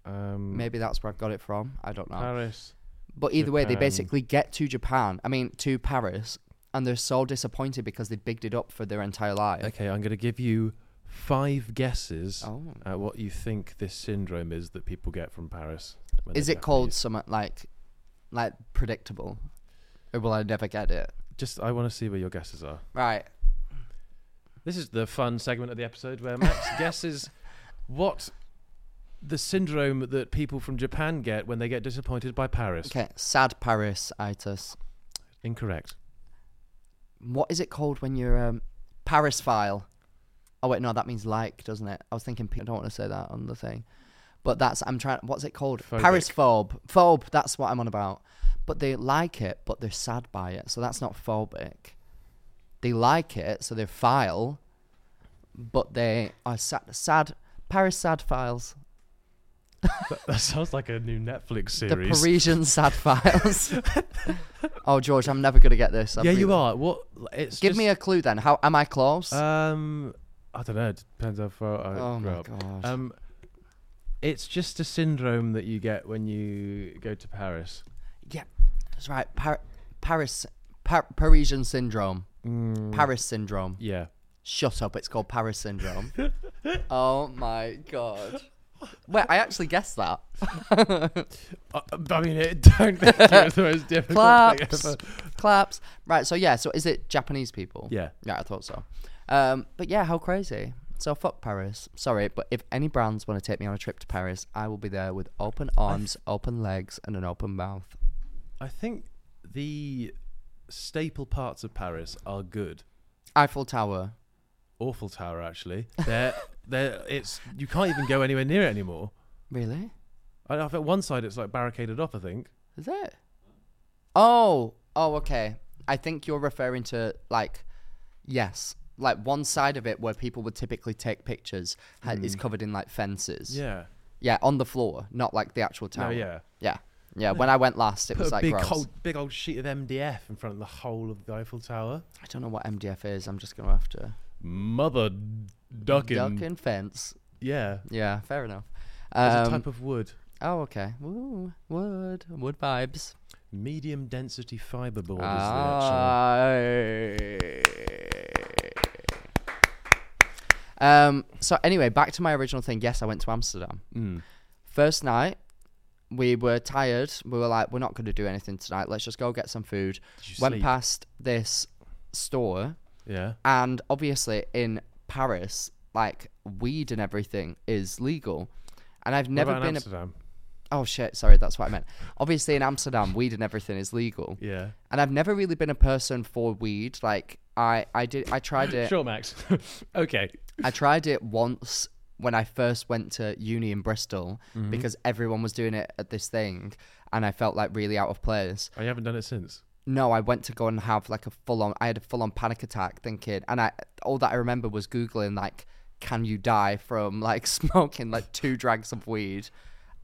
[SPEAKER 2] Um,
[SPEAKER 1] Maybe that's where I got it from. I don't know.
[SPEAKER 2] Paris.
[SPEAKER 1] but either way, they
[SPEAKER 2] Uh, Japan.
[SPEAKER 1] basically get to Japan. I mean, to Paris, and they're so disappointed because they bigged it up for their entire life.
[SPEAKER 2] Okay, I'm going to give you five guesses
[SPEAKER 1] Oh.
[SPEAKER 2] at what you think this syndrome is that people get from Paris. when
[SPEAKER 1] Is
[SPEAKER 2] they
[SPEAKER 1] it
[SPEAKER 2] go.
[SPEAKER 1] called something like, like predictable, or will I never get it?
[SPEAKER 2] Just, I want to see where your guesses are.
[SPEAKER 1] Right.
[SPEAKER 2] This is the fun segment of the episode where Max guesses what the syndrome that people from Japan get when they get disappointed by Paris.
[SPEAKER 1] Okay. Sad Parisitis.
[SPEAKER 2] Incorrect.
[SPEAKER 1] what is it called when you're um, Paris file? Oh wait, no, that means like, doesn't it? I was thinking pe- I don't want to say that on the thing, but that's I'm trying. What's it called? Paris phobe. Phobe. That's what I'm on about. But they like it, but they're sad by it, so that's not phobic. They like it, so they file, but they are sad. sad Paris sad files.
[SPEAKER 2] That sounds like a new Netflix
[SPEAKER 1] The
[SPEAKER 2] series.
[SPEAKER 1] Parisian sad files. oh, George, I'm never gonna get this. I
[SPEAKER 2] yeah, you
[SPEAKER 1] really-
[SPEAKER 2] are. What? It's
[SPEAKER 1] Give me a clue then. How am I close?
[SPEAKER 2] Um, I don't know. It depends how far I
[SPEAKER 1] Oh
[SPEAKER 2] grew
[SPEAKER 1] my
[SPEAKER 2] up.
[SPEAKER 1] God.
[SPEAKER 2] Um, it's just a syndrome that you get when you go to Paris.
[SPEAKER 1] Yeah, that's right. Par- Paris, Par- Parisian syndrome. Paris syndrome.
[SPEAKER 2] Yeah.
[SPEAKER 1] Shut up! It's called Paris syndrome. oh my god! Wait, I actually guessed that.
[SPEAKER 2] I, Uh, I mean, it, don't think it was the most difficult
[SPEAKER 1] Claps,
[SPEAKER 2] thing ever.
[SPEAKER 1] claps. Right. So yeah. So is it Japanese people?
[SPEAKER 2] Yeah.
[SPEAKER 1] Yeah, I thought so. Um, but yeah, how crazy. So fuck Paris. Sorry, but if any brands want to take me on a trip to Paris, I will be there with open arms, open legs, and an open mouth.
[SPEAKER 2] I think the staple parts of Paris are good.
[SPEAKER 1] Eiffel Tower.
[SPEAKER 2] Awful Tower, actually. They're, they're, it's you can't even go anywhere near it anymore.
[SPEAKER 1] Really?
[SPEAKER 2] I, I think one side it's like barricaded off. I think.
[SPEAKER 1] Is it? Oh, oh, okay. I think you're referring to like, yes, like one side of it where people would typically take pictures ha- is covered in like fences.
[SPEAKER 2] Hmm. Yeah.
[SPEAKER 1] yeah, on the floor, not like the actual tower.
[SPEAKER 2] yeah.
[SPEAKER 1] yeah, yeah. When I went last, it
[SPEAKER 2] Put
[SPEAKER 1] was
[SPEAKER 2] a
[SPEAKER 1] like
[SPEAKER 2] big,
[SPEAKER 1] gross.
[SPEAKER 2] old, big old sheet of MDF in front of the whole of the Eiffel Tower.
[SPEAKER 1] I don't know what MDF is. I'm just gonna have to
[SPEAKER 2] Mother ducking.
[SPEAKER 1] duck and fence.
[SPEAKER 2] Yeah.
[SPEAKER 1] Yeah, fair enough.
[SPEAKER 2] It's a
[SPEAKER 1] Um,
[SPEAKER 2] type of wood.
[SPEAKER 1] oh, okay. Woo, wood, wood vibes.
[SPEAKER 2] Medium density fiberboard
[SPEAKER 1] Ah.
[SPEAKER 2] is
[SPEAKER 1] Um, so anyway, back to my original thing. Yes, I went to Amsterdam.
[SPEAKER 2] Hmm.
[SPEAKER 1] First night, we were tired. We were like, we're not going to do anything tonight. Let's just go get some food.
[SPEAKER 2] you
[SPEAKER 1] Went
[SPEAKER 2] sleep?
[SPEAKER 1] past this store,
[SPEAKER 2] the action. Yeah.
[SPEAKER 1] and obviously in Paris, like weed and everything is legal. And I've never
[SPEAKER 2] Never what about in
[SPEAKER 1] been.
[SPEAKER 2] Amsterdam.
[SPEAKER 1] A, oh shit! Sorry, that's what I meant. Obviously, in Amsterdam, weed and everything is legal
[SPEAKER 2] Yeah.
[SPEAKER 1] and I've never really been a person for weed. Like I, I did, I tried it.
[SPEAKER 3] Sure, Max. okay.
[SPEAKER 1] I tried it once when I first went to uni in Bristol because everyone was doing it at this thing, and I felt like really out of place.
[SPEAKER 2] I Oh, haven't done it since.
[SPEAKER 1] No, I went to go and have like a full on. I had a full on panic attack thinking, and I all that I remember was googling like, "Can you die from like smoking like two drags of weed?"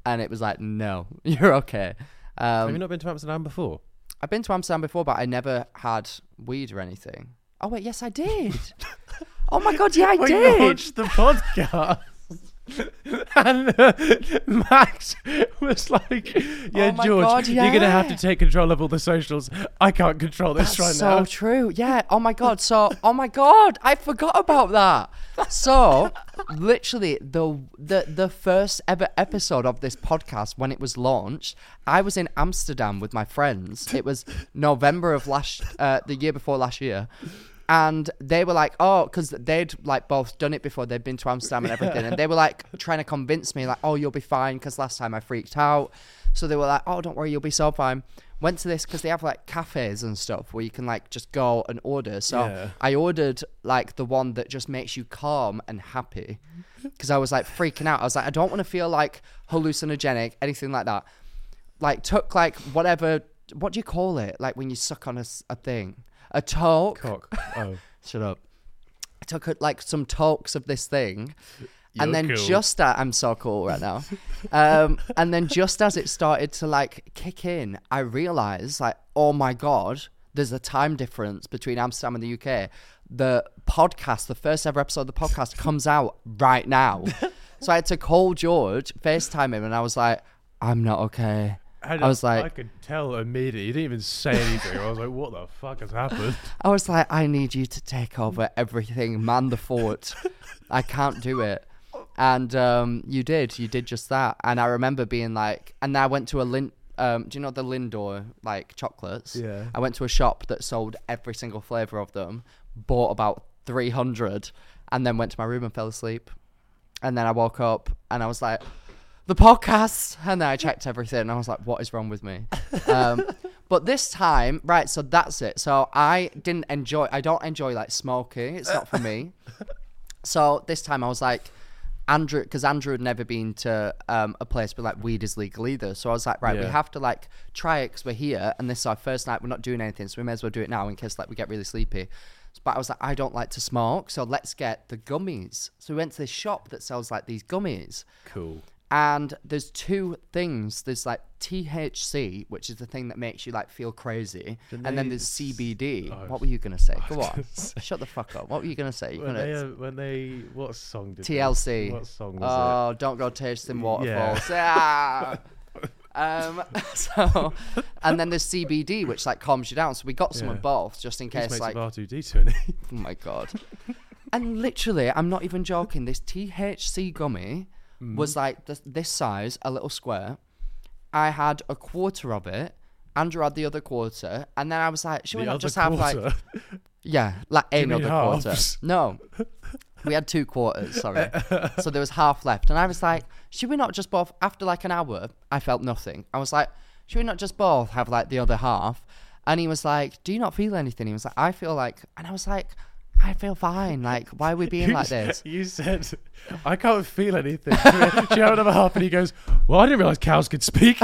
[SPEAKER 1] And it was like, "No, you're okay." Um,
[SPEAKER 2] Have you not been to Amsterdam before?
[SPEAKER 1] I've been to Amsterdam before, but I never had weed or anything. Oh wait, yes, I did. oh my god, yeah, I did.
[SPEAKER 3] the podcast. and uh, Max was like, "Yeah,
[SPEAKER 1] Oh my
[SPEAKER 3] George,
[SPEAKER 1] God,
[SPEAKER 3] you're gonna have
[SPEAKER 1] yeah.
[SPEAKER 3] to take control of all the socials. I can't control this
[SPEAKER 1] That's
[SPEAKER 3] right
[SPEAKER 1] so
[SPEAKER 3] now."
[SPEAKER 1] true. Yeah. Oh my god. So, oh my god, I forgot about that. So, literally the the the first ever episode of this podcast when it was launched, I was in Amsterdam with my friends. It was November of last uh, the year before last year. And they were like, oh, because they'd like both done it before. They'd been to Amsterdam and everything. And they were like trying to convince me, like, oh, you'll be fine. Because last time I freaked out. So they were like, oh, don't worry, you'll be so fine. Went to this because they have like cafes and stuff where you can like just go and order. So
[SPEAKER 2] Yeah.
[SPEAKER 1] I ordered like the one that just makes you calm and happy because I was like freaking out. I was like, I don't want to feel like hallucinogenic, anything like that. Like, took like whatever, what do you call it? Like when you suck on a, s- a thing, a talk.
[SPEAKER 2] Cock. Oh.
[SPEAKER 1] Shut up. I took uh, like some talks of this thing. and
[SPEAKER 2] You're
[SPEAKER 1] then
[SPEAKER 2] cool.
[SPEAKER 1] just at, I'm so cool right now. Um, and then just as it started to like kick in, I realized like, oh my God, there's a time difference between Amsterdam and the UK. The podcast, the first ever episode of the podcast comes out right now. so I had to call George, FaceTime him, and I was like, I'm not okay.
[SPEAKER 2] And
[SPEAKER 1] I was
[SPEAKER 2] I
[SPEAKER 1] like,
[SPEAKER 2] could tell immediately. You didn't even say anything. I was like, what the fuck has happened?
[SPEAKER 1] I was like, I need you to take over everything, man the fort. I can't do it. And um, you did. You did just that. And I remember being like, and I went to a Lind. Um, do you know the Lindor like chocolates?
[SPEAKER 2] Yeah.
[SPEAKER 1] I went to a shop that sold every single flavor of them, bought about three hundred, and then went to my room and fell asleep. And then I woke up and I was like, the podcast. And then I checked everything and I was like, what is wrong with me? Um, but this time, right, so that's it. So I didn't enjoy, I don't enjoy like smoking. It's not for me. So this time I was like, Andrew, because Andrew had never been to um, a place where like weed is legal either. So I was like, right, we
[SPEAKER 2] Yeah.
[SPEAKER 1] have to like try it because we're here and this is our first night. We're not doing anything, so we may as well do it now in case like we get really sleepy. But I was like, I don't like to smoke, so let's get the gummies. So we went to this shop that sells like these gummies
[SPEAKER 2] cool.
[SPEAKER 1] and there's two things there's like THC which is the thing that makes you like feel crazy and then
[SPEAKER 2] they
[SPEAKER 1] there's
[SPEAKER 2] s-
[SPEAKER 1] CBD
[SPEAKER 2] Oh, I
[SPEAKER 1] what
[SPEAKER 2] was-
[SPEAKER 1] were you going to say go
[SPEAKER 2] was
[SPEAKER 1] on
[SPEAKER 2] gonna say-
[SPEAKER 1] shut the fuck up what were you going to say You're
[SPEAKER 2] When
[SPEAKER 1] gonna-
[SPEAKER 2] they, uh, when they, what song did they-
[SPEAKER 1] TLC
[SPEAKER 2] What song was
[SPEAKER 1] oh don't go tasting waterfalls Ah. um so and then there's CBD which like calms you down so we got some
[SPEAKER 2] Yeah.
[SPEAKER 1] of both just in
[SPEAKER 2] it?
[SPEAKER 1] case
[SPEAKER 2] This
[SPEAKER 1] like
[SPEAKER 2] makes R two D two in it.
[SPEAKER 1] Oh my god. and literally, I'm not even joking. This THC gummy
[SPEAKER 2] Mm.
[SPEAKER 1] was like this, this size, a little square. I had a quarter of it. Andrew had the other quarter, and then I was like, "Should we
[SPEAKER 2] The
[SPEAKER 1] not
[SPEAKER 2] other
[SPEAKER 1] just have like,
[SPEAKER 2] quarter.
[SPEAKER 1] yeah, like
[SPEAKER 2] mean
[SPEAKER 1] another quarter?"
[SPEAKER 2] halves?
[SPEAKER 1] No, we had two quarters. Sorry, so there was half left, and I was like, "Should we not just both?" After like an hour, I felt nothing. I was like, "Should we not just both have like the other half?" And he was like, "Do you not feel anything?" He was like, "I feel like," and I was like, "I feel fine. Like, why are we being
[SPEAKER 2] You
[SPEAKER 1] like
[SPEAKER 2] said-
[SPEAKER 1] this?"
[SPEAKER 2] You said, I can't feel anything. Do you- Do you have another half? And he goes, Well, I didn't realize cows could speak.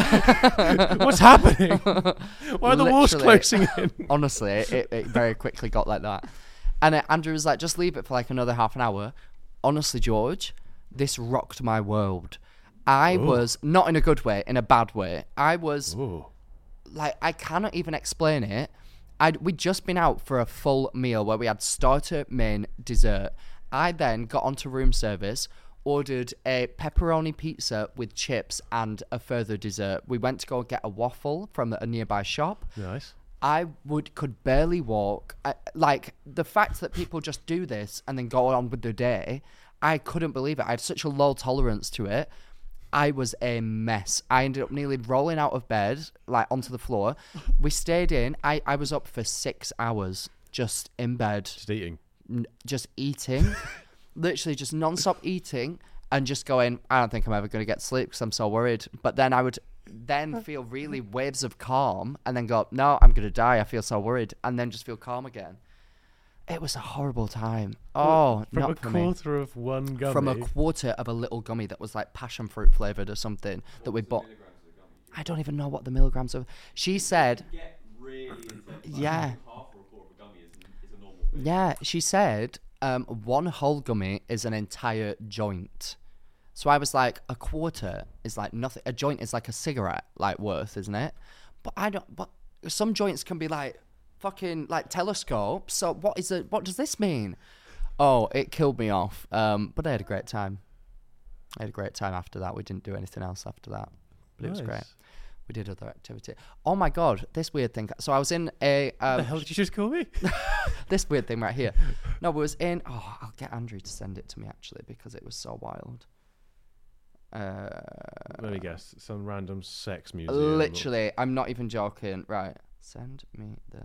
[SPEAKER 2] What's happening? Why are the walls
[SPEAKER 1] Literally.
[SPEAKER 2] closing in?
[SPEAKER 1] honestly, it, it very quickly got like that. And uh, Andrew was like, just leave it for like another half an hour. Honestly, George, this rocked my world. I was not in a good way, in a bad way. I was like, I cannot even explain it. I'd, we'd just been out for a full meal where we had starter, main, dessert. I then got onto room service, ordered a pepperoni pizza with chips and a further dessert. We went to go get a waffle from a nearby shop.
[SPEAKER 2] Nice.
[SPEAKER 1] I would could barely walk. I, like the fact that people just do this and then go on with their day, I couldn't believe it. I have such a low tolerance to it. I was a mess. I ended up nearly rolling out of bed, like onto the floor. We stayed in. I, I was up for six hours just in bed
[SPEAKER 2] Just eating.
[SPEAKER 1] n- just eating, literally just non-stop eating and just going, I don't think I'm ever going to get sleep because I'm so worried. But then I would then feel really waves of calm and then go, no, I'm going to die. I feel so worried. And then just feel calm again. It was a horrible time. Oh,
[SPEAKER 2] From
[SPEAKER 1] not
[SPEAKER 2] a
[SPEAKER 1] for me.
[SPEAKER 2] quarter of one gummy.
[SPEAKER 1] From a quarter of a little gummy that was like passion fruit flavored or something that we bought. I don't even know what the milligrams of. She said, yeah. Yeah, she said um, one whole gummy is an entire joint. So I was like, a quarter is like nothing. A joint is like a cigarette, like worth, isn't it? But I don't. But some joints can be like fucking like telescopes. So what is it? What does this mean? Oh, it killed me off. Um, but I had a great time. I had a great time after that. We didn't do anything else after that. But it was great.
[SPEAKER 2] Nice.
[SPEAKER 1] We did other activity. Oh my god, this weird thing. So I was in a um,
[SPEAKER 2] the hell did you just call me?
[SPEAKER 1] this weird thing right here. No, but it was in. Oh, I'll get Andrew to send it to me actually because it was so wild. Uh,
[SPEAKER 2] Let me guess. Some random sex music.
[SPEAKER 1] literally, I'm not even joking. Right, send me the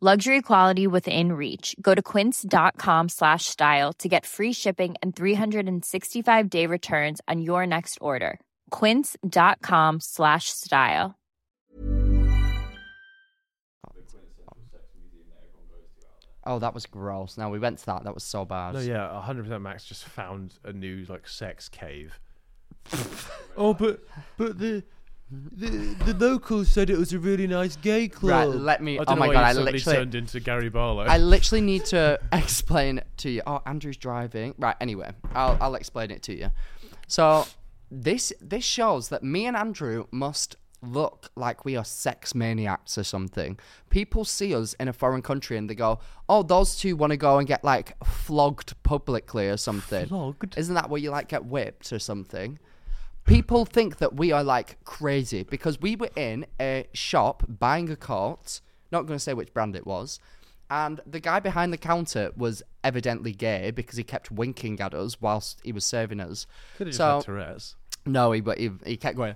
[SPEAKER 4] Luxury quality within reach. Go to quince.com slash style to get free shipping and 365 day returns on your next order. Quince.com slash style.
[SPEAKER 1] Oh, that was gross. No, we went to that. That was so bad.
[SPEAKER 2] No, yeah, hundred percent. Max just found a new like sex cave. oh, but but the. The, the locals said it was a really nice gay
[SPEAKER 1] Right, let me. Oh my god, I literally.
[SPEAKER 2] turned into Gary Barlow.
[SPEAKER 1] I literally need to explain to you. Oh, Andrew's driving. Right. Anyway, I'll I'll explain it to you. So this this shows that me and Andrew must look like we are sex maniacs or something. People see us in a foreign country and they go, "Oh, those two want to go and get like flogged publicly or something." Flogged? Isn't that where you like get whipped or something? people think that we are like crazy because we were in a shop buying a coat, not going to say which brand it was, and the guy behind the counter was evidently gay because he kept winking at us whilst he was serving us.
[SPEAKER 2] Could have just
[SPEAKER 1] so
[SPEAKER 2] had Tourette's.
[SPEAKER 1] no, he but he, he kept going.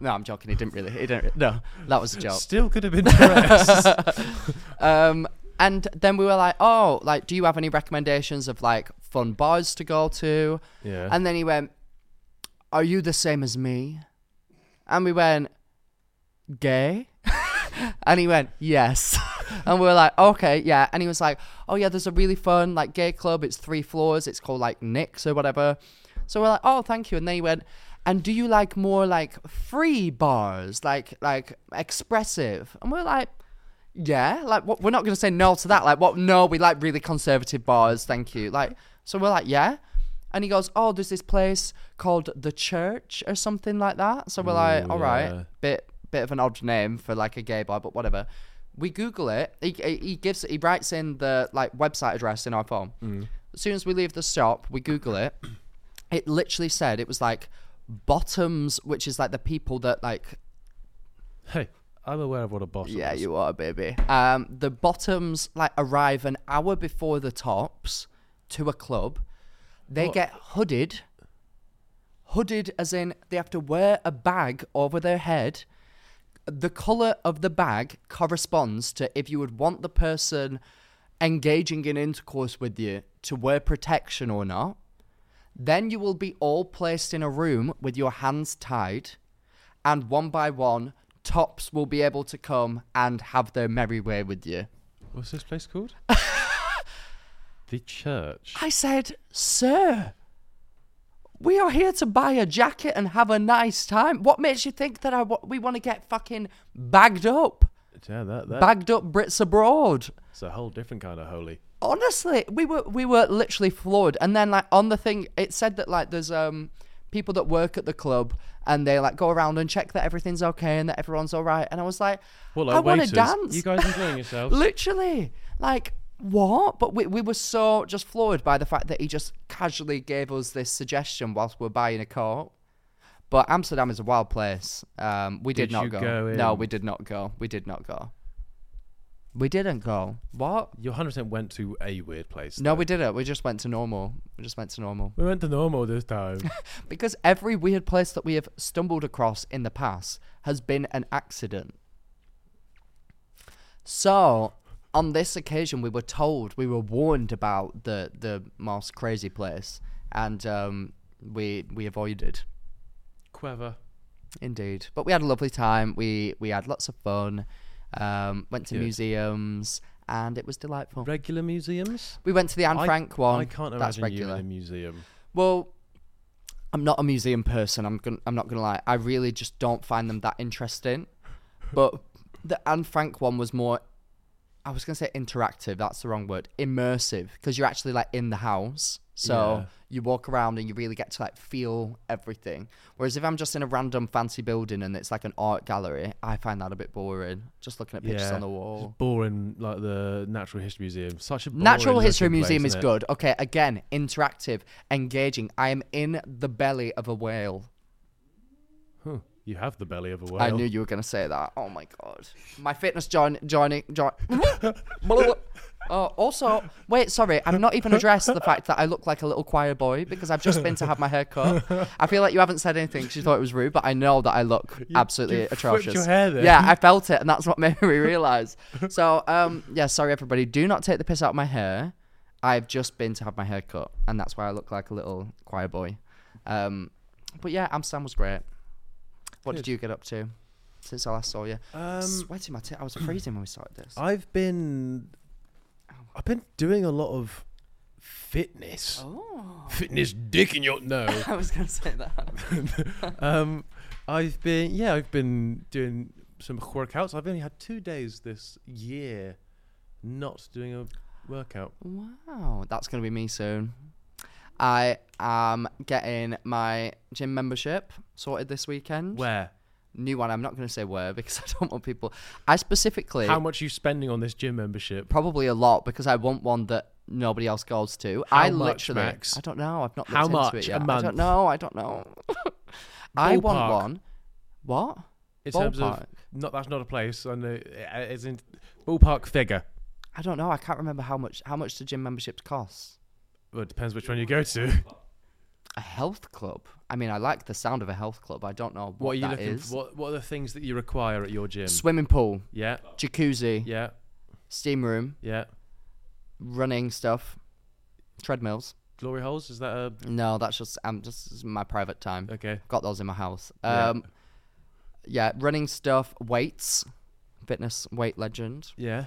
[SPEAKER 1] No, I'm joking. He didn't really. He didn't. No, that was a joke.
[SPEAKER 2] Still could have been Tourette's.
[SPEAKER 1] Um, and then we were like, oh, like, do you have any recommendations of like fun bars to go to?
[SPEAKER 2] Yeah.
[SPEAKER 1] And then he went, are you the same as me? And we went, gay? and he went, yes. and we were like, okay, yeah. And he was like, oh, yeah, there's a really fun like gay club. It's three floors. It's called like Nick's or whatever. So we're like, oh, thank you. And then he went, and do you like more like free bars, like like expressive? And we're like, yeah, like what, we're not gonna say no to that. Like what? No, we like really conservative bars. Thank you. Like so we're like yeah, and he goes, oh, there's this place called the Church or something like that. So we're like, all right,
[SPEAKER 2] yeah.
[SPEAKER 1] bit bit of an odd name for like a gay bar, but whatever. We Google it. He, he he gives he writes in the like website address in our phone. As soon as we leave the shop, we Google it. It literally said it was like bottoms, which is like the people that like
[SPEAKER 2] hey, I'm aware of what a bottom
[SPEAKER 1] yeah,
[SPEAKER 2] is.
[SPEAKER 1] you are, baby. Um, the bottoms like arrive an hour before the tops to a club. They get hooded. Hooded, as in they have to wear a bag over their head. The color of the bag corresponds to if you would want the person engaging in intercourse with you to wear protection or not. Then you will be all placed in a room with your hands tied, and one by one, tops will be able to come and have their merry way with you.
[SPEAKER 2] What's this place called? the church.
[SPEAKER 1] I said, Sir, We are here to buy a jacket and have a nice time. What makes you think that I wa- we want to get fucking bagged up?
[SPEAKER 2] Yeah, that, that,
[SPEAKER 1] Bagged up Brits abroad.
[SPEAKER 2] It's a whole different kind of holy.
[SPEAKER 1] honestly we were we were literally floored and then like on the thing it said that like there's um people that work at the club and they like go around and check that everything's okay and that everyone's all right and i was like
[SPEAKER 2] What, like
[SPEAKER 1] i want to
[SPEAKER 2] waiters?
[SPEAKER 1] dance
[SPEAKER 2] You guys enjoying yourselves?
[SPEAKER 1] literally like what but we, we were so just floored by the fact that he just casually gave us this suggestion whilst we we're buying a coat but amsterdam is a wild place um we did,
[SPEAKER 2] Did
[SPEAKER 1] not
[SPEAKER 2] you
[SPEAKER 1] go,
[SPEAKER 2] go
[SPEAKER 1] no
[SPEAKER 2] in?
[SPEAKER 1] we did not go we did not go we didn't go what
[SPEAKER 2] You 100% went to a weird place.
[SPEAKER 1] no, we didn't. We just went to normal. We just went to normal.
[SPEAKER 2] We went to normal this time.
[SPEAKER 1] Because every weird place that we have stumbled across in the past has been an accident. So, on this occasion, we were told, we were warned about the, the most crazy place, and um, we, we avoided.
[SPEAKER 2] Quever.
[SPEAKER 1] Indeed. But we had a lovely time. We, we had lots of fun, um, went to museums, and it was delightful.
[SPEAKER 2] Regular museums?
[SPEAKER 1] We went to the Anne
[SPEAKER 2] I-
[SPEAKER 1] Frank one.
[SPEAKER 2] I can't imagine
[SPEAKER 1] That's
[SPEAKER 2] you
[SPEAKER 1] regular.
[SPEAKER 2] in a museum.
[SPEAKER 1] Well, I'm not a museum person. I'm going I'm not gonna lie. I really just don't find them that interesting. But the Anne Frank one was more. I was gonna say interactive. That's the wrong word. Immersive, because you're actually like in the house. So
[SPEAKER 2] Yeah.
[SPEAKER 1] you walk around and you really get to like feel everything. Whereas if I'm just in a random fancy building and it's like an art gallery, I find that a bit boring. Just looking at pictures on the wall.
[SPEAKER 2] Just boring, like the Natural History Museum. Such a
[SPEAKER 1] Natural
[SPEAKER 2] boring
[SPEAKER 1] History
[SPEAKER 2] looking place,
[SPEAKER 1] Museum is
[SPEAKER 2] isn't it?
[SPEAKER 1] good. Okay, again, interactive, engaging. I am in the belly of a whale.
[SPEAKER 2] You have the belly of a whale.
[SPEAKER 1] I knew you were going to say that. Oh my god. My fitness join joining join. Oh, also, wait, sorry, I've not even addressed the fact that I look like a little choir boy because I've just been to have my hair cut. I feel like you haven't said anything because you thought it was rude, but I know that I look absolutely
[SPEAKER 2] you flipped
[SPEAKER 1] atrocious.
[SPEAKER 2] your hair there.
[SPEAKER 1] Yeah, I felt it, and that's what made me realize. So, um, yeah, sorry everybody, do not take the piss out of my hair. I've just been to have my hair cut, and that's why I look like a little choir boy. Um, but yeah, Amsterdam was great. What did you get up to since I last saw you? Um, Sweating my tit. I was freezing when we started this.
[SPEAKER 2] I've been I've been doing a lot of fitness.
[SPEAKER 1] Oh.
[SPEAKER 2] Fitness dick in your no.
[SPEAKER 1] I was gonna say that.
[SPEAKER 2] um I've been yeah, I've been doing some workouts. I've only had two days this year not doing a workout.
[SPEAKER 1] Wow, that's gonna be me soon. I am getting my gym membership sorted this weekend.
[SPEAKER 2] Where?
[SPEAKER 1] New one. I'm not gonna say where because I don't want people. I specifically
[SPEAKER 2] How much are you spending on this gym membership?
[SPEAKER 1] probably a lot because I want one that nobody else goes to. I
[SPEAKER 2] much,
[SPEAKER 1] literally,
[SPEAKER 2] Max?
[SPEAKER 1] I don't know. I've not looked
[SPEAKER 2] How
[SPEAKER 1] into
[SPEAKER 2] much
[SPEAKER 1] it
[SPEAKER 2] a
[SPEAKER 1] yet. I
[SPEAKER 2] month?
[SPEAKER 1] don't know. I don't know. I want
[SPEAKER 2] Ballpark.
[SPEAKER 1] one. What?
[SPEAKER 2] In terms of
[SPEAKER 1] Ballpark.
[SPEAKER 2] not that's not a place. I know it's in ballpark figure.
[SPEAKER 1] I don't know. I can't remember how much how much the gym memberships cost.
[SPEAKER 2] Well, it depends which one you go to.
[SPEAKER 1] A health club. I mean, I like the sound of a health club. I don't know what,
[SPEAKER 2] What are you
[SPEAKER 1] that
[SPEAKER 2] looking
[SPEAKER 1] is.
[SPEAKER 2] for? What, what are the things that you require at your gym?
[SPEAKER 1] Swimming pool,
[SPEAKER 2] yeah,
[SPEAKER 1] jacuzzi,
[SPEAKER 2] yeah,
[SPEAKER 1] steam room,
[SPEAKER 2] yeah.
[SPEAKER 1] running stuff, treadmills.
[SPEAKER 2] Glory holes? Is that a
[SPEAKER 1] No, that's just um, just it's my private time.
[SPEAKER 2] okay?
[SPEAKER 1] Got those in my house.
[SPEAKER 2] Yeah.
[SPEAKER 1] Um, yeah, running stuff, weights, fitness weight legend.
[SPEAKER 2] Yeah.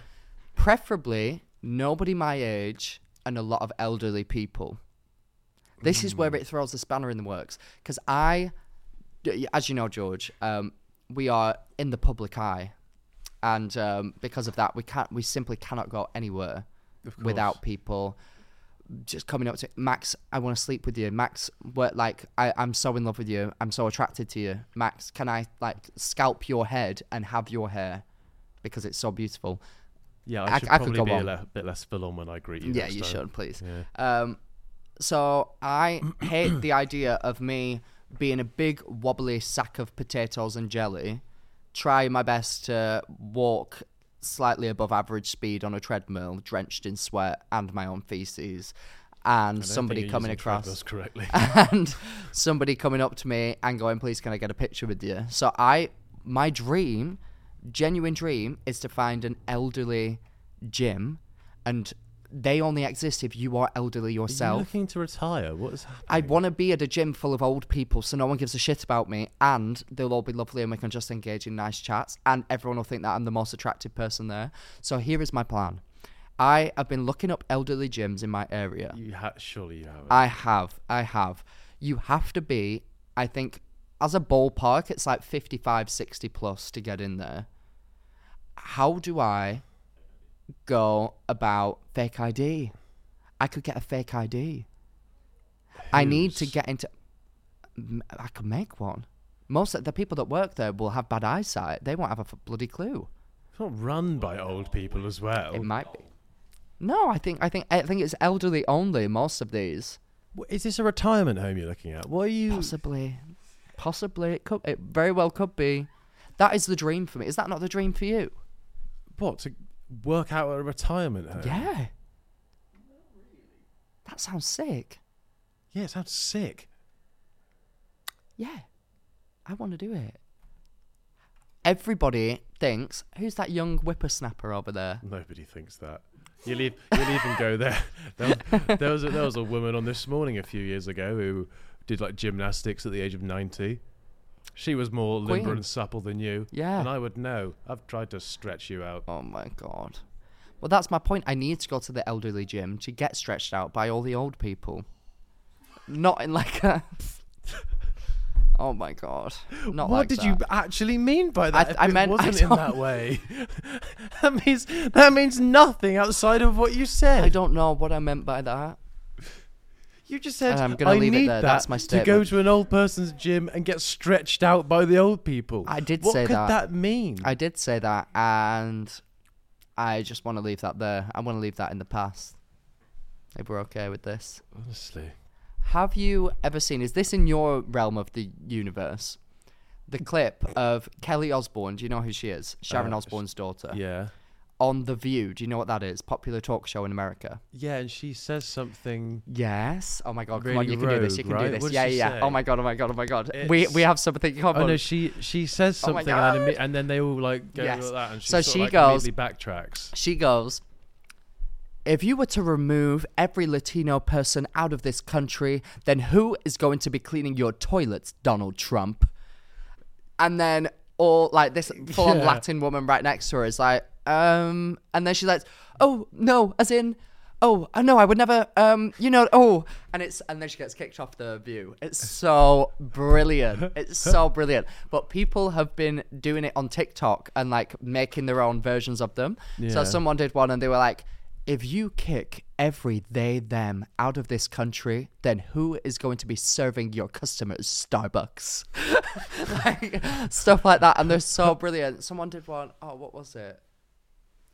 [SPEAKER 1] preferably nobody my age and a lot of elderly people. This is where it throws the spanner in the works because I, as you know, George, um, we are in the public eye, and um, because of that, we can't, we simply cannot go anywhere without people just coming up to Max. I want to sleep with you, Max. What like I, I'm so in love with you. I'm so attracted to you, Max. Can I like scalp your head and have your hair because it's so beautiful?
[SPEAKER 2] Yeah,
[SPEAKER 1] I-
[SPEAKER 2] I should
[SPEAKER 1] I could
[SPEAKER 2] probably
[SPEAKER 1] go
[SPEAKER 2] be a
[SPEAKER 1] on.
[SPEAKER 2] le- bit less full on when I greet you.
[SPEAKER 1] Yeah,
[SPEAKER 2] next
[SPEAKER 1] you
[SPEAKER 2] time.
[SPEAKER 1] should, please. Um, so I hate the idea of me being a big wobbly sack of potatoes and jelly, try my best to walk slightly above average speed on a treadmill, drenched in sweat and my own feces, and
[SPEAKER 2] I don't
[SPEAKER 1] somebody
[SPEAKER 2] think you're
[SPEAKER 1] coming
[SPEAKER 2] using
[SPEAKER 1] across
[SPEAKER 2] treadmills correctly.
[SPEAKER 1] and somebody coming up to me and going, "Please, can I get a picture with you?" So I, my dream, genuine dream, is to find an elderly gym, and they only exist if you are elderly
[SPEAKER 2] Are you
[SPEAKER 1] yourself.
[SPEAKER 2] looking to retire? What is happening?
[SPEAKER 1] I want to be at a gym full of old people, so no one gives a shit about me, and they'll all be lovely, and we can just engage in nice chats, and everyone will think that I'm the most attractive person there. So here is my plan. I have been looking up elderly gyms in my area.
[SPEAKER 2] You ha- surely you haven't.
[SPEAKER 1] I have. I have. you have to be, I think, as a ballpark, it's like 55, 60 plus to get in there. How do I go about fake ID? I could get a fake ID. I need to get into. m- I could make one. Most of the people that work there will have bad eyesight. They won't have a f- bloody clue.
[SPEAKER 2] It's not run by old people as well.
[SPEAKER 1] It might be. No, I think I think I think it's elderly only. Most of these,
[SPEAKER 2] W- Is this a retirement home you're looking at? What are you?
[SPEAKER 1] possibly, possibly it could. It very well could be. That is the dream for me. Is that not the dream for you?
[SPEAKER 2] What to work out at a retirement home?
[SPEAKER 1] Yeah. That sounds sick.
[SPEAKER 2] Yeah, it sounds sick.
[SPEAKER 1] Yeah. I want to do it. Everybody thinks, who's that young whippersnapper over there?
[SPEAKER 2] Nobody thinks that. You leave. You leave and go there. There was, there was a, there was a woman on this morning a few years ago who did like gymnastics at the age of ninety. She was more limber
[SPEAKER 1] Queen.
[SPEAKER 2] and supple than you.
[SPEAKER 1] Yeah.
[SPEAKER 2] And I would know. I've tried to stretch you out.
[SPEAKER 1] Oh my god. Well, that's my point. I need to go to the elderly gym to get stretched out by all the old people. Not in like a. oh my god. Not
[SPEAKER 2] what
[SPEAKER 1] like
[SPEAKER 2] did
[SPEAKER 1] that.
[SPEAKER 2] you actually mean by that?
[SPEAKER 1] I-
[SPEAKER 2] if
[SPEAKER 1] I
[SPEAKER 2] it
[SPEAKER 1] meant- I
[SPEAKER 2] wasn't in
[SPEAKER 1] don't-
[SPEAKER 2] that way. that means that means nothing outside of what you said.
[SPEAKER 1] I don't know what I meant by that.
[SPEAKER 2] You just said
[SPEAKER 1] I'm
[SPEAKER 2] I'm
[SPEAKER 1] gonna
[SPEAKER 2] I
[SPEAKER 1] leave it
[SPEAKER 2] need
[SPEAKER 1] there.
[SPEAKER 2] that
[SPEAKER 1] That's my
[SPEAKER 2] to go
[SPEAKER 1] statement."
[SPEAKER 2] to an old person's gym and get stretched out by the old people.
[SPEAKER 1] I did
[SPEAKER 2] what
[SPEAKER 1] say
[SPEAKER 2] could
[SPEAKER 1] that.
[SPEAKER 2] that. mean?
[SPEAKER 1] I did say that, and I just want to leave that there. I want to leave that in the past. If we're okay with this.
[SPEAKER 2] Honestly,
[SPEAKER 1] Have you ever seen? Is this in your realm of the universe? The clip of Kelly Osbourne. Do you know who she is? Sharon Osbourne's daughter.
[SPEAKER 2] Uh, yeah,
[SPEAKER 1] On The View. Do you know what that is? Popular talk show in America.
[SPEAKER 2] yeah. And she says something.
[SPEAKER 1] Yes. Oh my god! Come on,
[SPEAKER 2] Really
[SPEAKER 1] you can do this. You can
[SPEAKER 2] rogue,
[SPEAKER 1] do
[SPEAKER 2] right?
[SPEAKER 1] this.
[SPEAKER 2] What did
[SPEAKER 1] yeah,
[SPEAKER 2] she
[SPEAKER 1] yeah. yeah. Oh
[SPEAKER 2] say?
[SPEAKER 1] my god! Oh my god! Oh my god! We we
[SPEAKER 2] It's-
[SPEAKER 1] have something in common.
[SPEAKER 2] Oh no, she she says
[SPEAKER 1] Oh my
[SPEAKER 2] something and,
[SPEAKER 1] God.
[SPEAKER 2] imme- and then they all like go
[SPEAKER 1] Yes.
[SPEAKER 2] like that and she
[SPEAKER 1] So
[SPEAKER 2] sort of,
[SPEAKER 1] she
[SPEAKER 2] like,
[SPEAKER 1] goes-
[SPEAKER 2] immediately backtracks.
[SPEAKER 1] She goes, If you were to remove every Latino person out of this country, then who is going to be cleaning your toilets, Donald Trump? And then, all like this full on
[SPEAKER 2] Yeah.
[SPEAKER 1] Latin woman right next to her is like, um, and then she's like, oh, no, as in, oh, uh, no, I would never, um, you know, oh, and it's, and then she gets kicked off the view. It's so brilliant. It's so brilliant. But people have been doing it on TikTok and like making their own versions of them. So
[SPEAKER 2] Yeah.
[SPEAKER 1] someone did one and they were like, if you kick every they, them out of this country, then who is going to be serving your customers Starbucks? like, stuff like that. And they're so brilliant. Someone did one. Oh, what was it?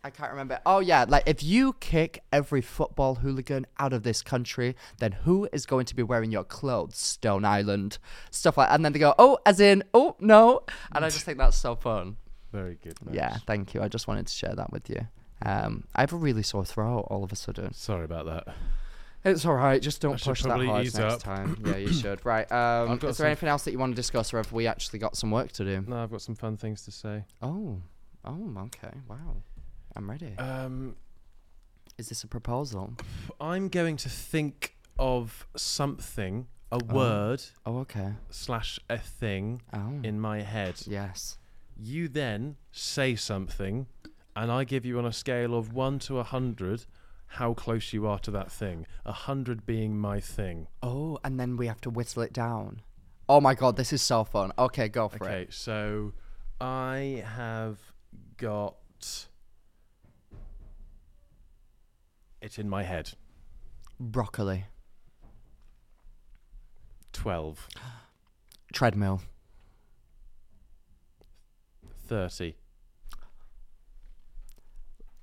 [SPEAKER 1] I can't remember. Oh, yeah. Like, if you kick every football hooligan out of this country, then who is going to be wearing your clothes, Stone Island? Stuff like And then they go, oh, as in, oh, no. And I just think that's so fun.
[SPEAKER 2] Very good. Max.
[SPEAKER 1] Yeah, thank you. I just wanted to share that with you. Um, I have a really sore throat all of a sudden.
[SPEAKER 2] Sorry about that.
[SPEAKER 1] It's all right. Just don't
[SPEAKER 2] should
[SPEAKER 1] push that
[SPEAKER 2] probably
[SPEAKER 1] hard
[SPEAKER 2] ease
[SPEAKER 1] next
[SPEAKER 2] up.
[SPEAKER 1] time. Yeah, you should. Right. Um,
[SPEAKER 2] I've
[SPEAKER 1] is
[SPEAKER 2] got
[SPEAKER 1] there
[SPEAKER 2] some-
[SPEAKER 1] anything else that you want to discuss, or have we actually got some work to do?
[SPEAKER 2] No, I've got some fun things to say.
[SPEAKER 1] Oh, oh, okay. Wow, I'm ready.
[SPEAKER 2] Um,
[SPEAKER 1] is this a proposal?
[SPEAKER 2] I'm going to think of something, a word
[SPEAKER 1] Oh, okay.
[SPEAKER 2] slash a thing
[SPEAKER 1] Oh.
[SPEAKER 2] in my head.
[SPEAKER 1] Yes.
[SPEAKER 2] You then say something, and I give you on a scale of one to a hundred how close you are to that thing. A hundred being my thing.
[SPEAKER 1] Oh, and then we have to whistle it down. Oh my god, this is so fun. Okay, go for
[SPEAKER 2] Okay,
[SPEAKER 1] it.
[SPEAKER 2] so I have got it in my head.
[SPEAKER 1] Broccoli,
[SPEAKER 2] Twelve.
[SPEAKER 1] treadmill,
[SPEAKER 2] Thirty.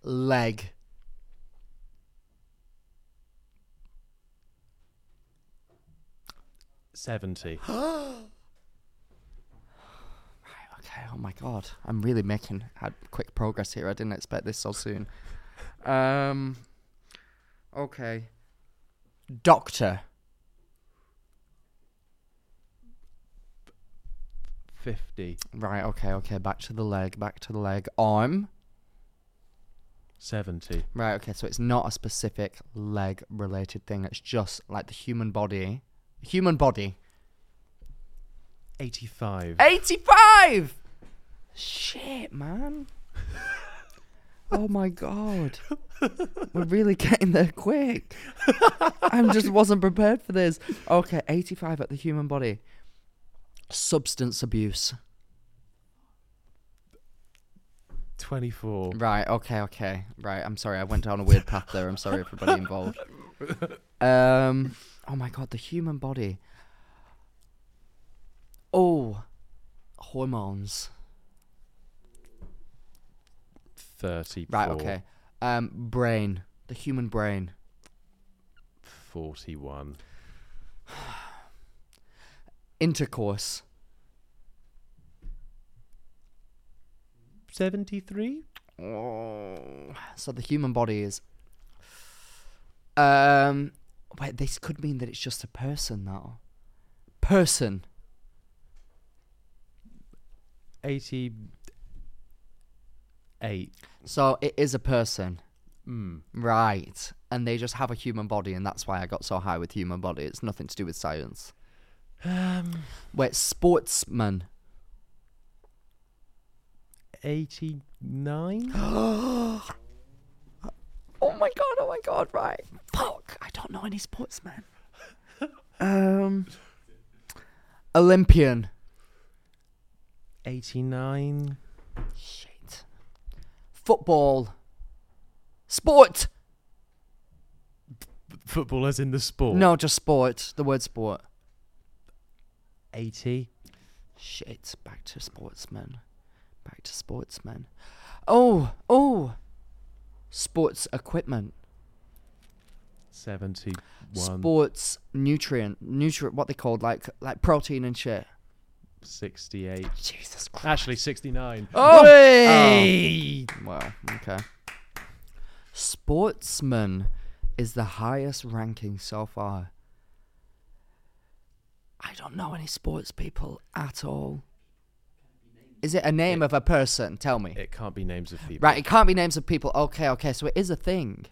[SPEAKER 1] leg,
[SPEAKER 2] Seventy.
[SPEAKER 1] Okay, oh my god. I'm really making had quick progress here. I didn't expect this so soon. Um Okay. Doctor.
[SPEAKER 2] Fifty.
[SPEAKER 1] Right, okay, okay. Back to the leg, back to the leg. Arm.
[SPEAKER 2] Seventy.
[SPEAKER 1] Right, okay, so it's not a specific leg related thing. It's just like the human body. Human body.
[SPEAKER 2] Eighty-five.
[SPEAKER 1] 85! Shit, man. Oh my god. We're really getting there quick. I just wasn't prepared for this. Okay, 85 at the human body. Substance abuse.
[SPEAKER 2] 24.
[SPEAKER 1] Right, okay, okay. Right, I'm sorry. I went down a weird path there. I'm sorry everybody involved. Um oh my god, the human body. Oh, hormones.
[SPEAKER 2] 34.
[SPEAKER 1] Right, okay. Um brain, the human brain.
[SPEAKER 2] 41.
[SPEAKER 1] Intercourse.
[SPEAKER 2] 73?
[SPEAKER 1] Oh, so the human body is. Um, wait, this could mean that it's just a person now. Person.
[SPEAKER 2] 88.
[SPEAKER 1] So it is a person. Right. And they just have a human body, and that's why I got so high with human body. It's nothing to do with science. Um, wait, sportsman.
[SPEAKER 2] 89?
[SPEAKER 1] Oh my god, oh my god, right. Fuck, I don't know any sportsmen. um, Olympian.
[SPEAKER 2] 89.
[SPEAKER 1] Shit. Football. Sport.
[SPEAKER 2] Football as in the sport.
[SPEAKER 1] No, just sport. The word sport.
[SPEAKER 2] 80.
[SPEAKER 1] Shit. Back to sportsman. Back to sportsman. Oh, oh. Sports equipment.
[SPEAKER 2] 71.
[SPEAKER 1] Sports nutrient. Nutrient. What they called like like protein and shit.
[SPEAKER 2] 68.
[SPEAKER 1] Jesus Christ.
[SPEAKER 2] Actually, 69.
[SPEAKER 1] Oh. Well, okay. Sportsman is the highest ranking so far. I don't know any sports people at all. Is it a name of a person? Tell me.
[SPEAKER 2] It can't be names of people.
[SPEAKER 1] right, it can't be names of people. Okay, okay, so it is a thing.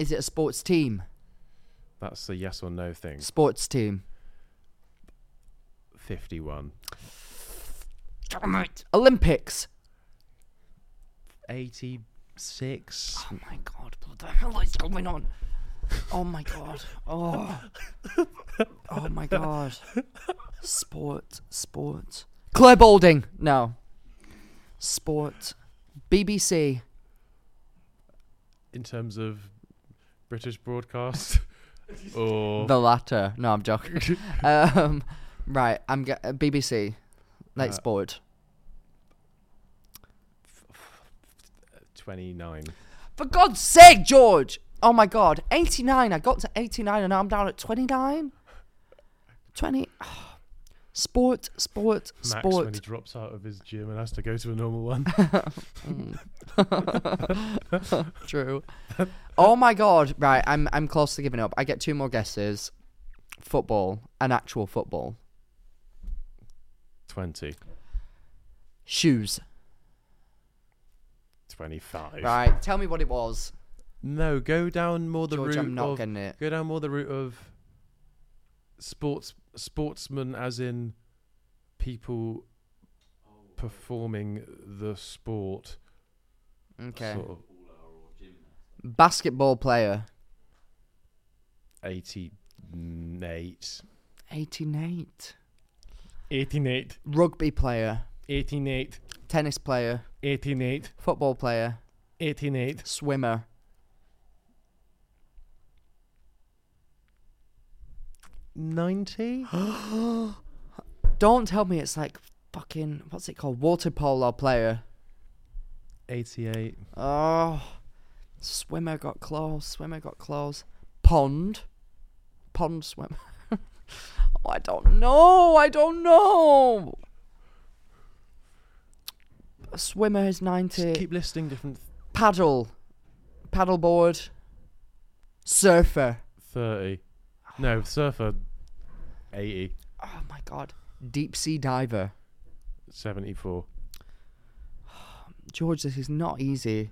[SPEAKER 1] Is it a sports team?
[SPEAKER 2] That's the yes or no thing.
[SPEAKER 1] Sports team.
[SPEAKER 2] 51.
[SPEAKER 1] Olympics.
[SPEAKER 2] 86.
[SPEAKER 1] Oh my god, what the hell is going on? Oh my god. Oh. Oh my god. Sport, sport. Claire Balding. No. Sport. BBC.
[SPEAKER 2] In terms of British broadcast or
[SPEAKER 1] The latter. No, I'm joking. um, right, I'm ge- uh, BBC. Let's board.
[SPEAKER 2] 29.
[SPEAKER 1] For God's sake, George! Oh my god, 89. I got to 89 and now I'm down at 29. 20. Sport, sport,
[SPEAKER 2] Max
[SPEAKER 1] sport.
[SPEAKER 2] when he drops out of his gym and has to go to a normal one.
[SPEAKER 1] True. oh my god! Right, I'm I'm close to giving up. I get two more guesses. Football, an actual football.
[SPEAKER 2] 20.
[SPEAKER 1] Shoes.
[SPEAKER 2] 25.
[SPEAKER 1] Right. Tell me what it was.
[SPEAKER 2] No, go down more the
[SPEAKER 1] George,
[SPEAKER 2] route
[SPEAKER 1] I'm not
[SPEAKER 2] of
[SPEAKER 1] getting it.
[SPEAKER 2] go down more the route of sports sportsman as in people performing the sport
[SPEAKER 1] Okay.
[SPEAKER 2] sort of
[SPEAKER 1] Basketball player.
[SPEAKER 2] 88
[SPEAKER 1] Eighty-eight.
[SPEAKER 2] 88
[SPEAKER 1] Rugby player.
[SPEAKER 2] 88
[SPEAKER 1] Tennis player.
[SPEAKER 2] 88
[SPEAKER 1] Football player.
[SPEAKER 2] 88
[SPEAKER 1] Swimmer.
[SPEAKER 2] 90
[SPEAKER 1] Don't tell me it's like fucking what's it called? Water polo player.
[SPEAKER 2] 88
[SPEAKER 1] Oh, swimmer got close. Swimmer got close. Pond, pond swimmer. oh, I don't know. I don't know. A swimmer is ninety.
[SPEAKER 2] keep listing different
[SPEAKER 1] Paddle, paddleboard, surfer.
[SPEAKER 2] 30 no surfer 80
[SPEAKER 1] Oh my god. Deep sea diver.
[SPEAKER 2] 74
[SPEAKER 1] George, this is not easy.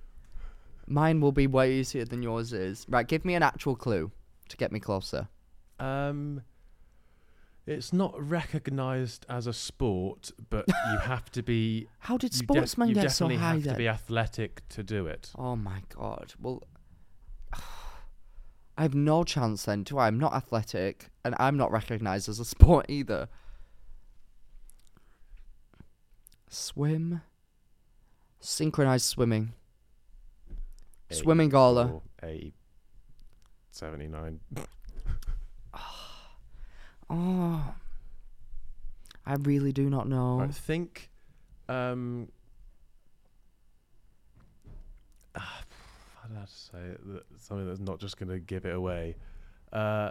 [SPEAKER 1] Mine will be way easier than yours is. Right, give me an actual clue to get me closer.
[SPEAKER 2] Um, It's not recognised as a sport, but you have to be.
[SPEAKER 1] How did
[SPEAKER 2] you def-
[SPEAKER 1] sportsmen
[SPEAKER 2] you
[SPEAKER 1] get so
[SPEAKER 2] definitely
[SPEAKER 1] high
[SPEAKER 2] have
[SPEAKER 1] then?
[SPEAKER 2] to be athletic to do it.
[SPEAKER 1] Oh my god. Well, I have no chance then, do I? I'm not athletic, and I'm not recognised as a sport either. Swim, synchronised swimming, swimming gala.
[SPEAKER 2] A seventy nine.
[SPEAKER 1] Oh, I really do not know.
[SPEAKER 2] I think. Um, ah, how do I have to say it? That- Something that's not just going to give it away. Uh,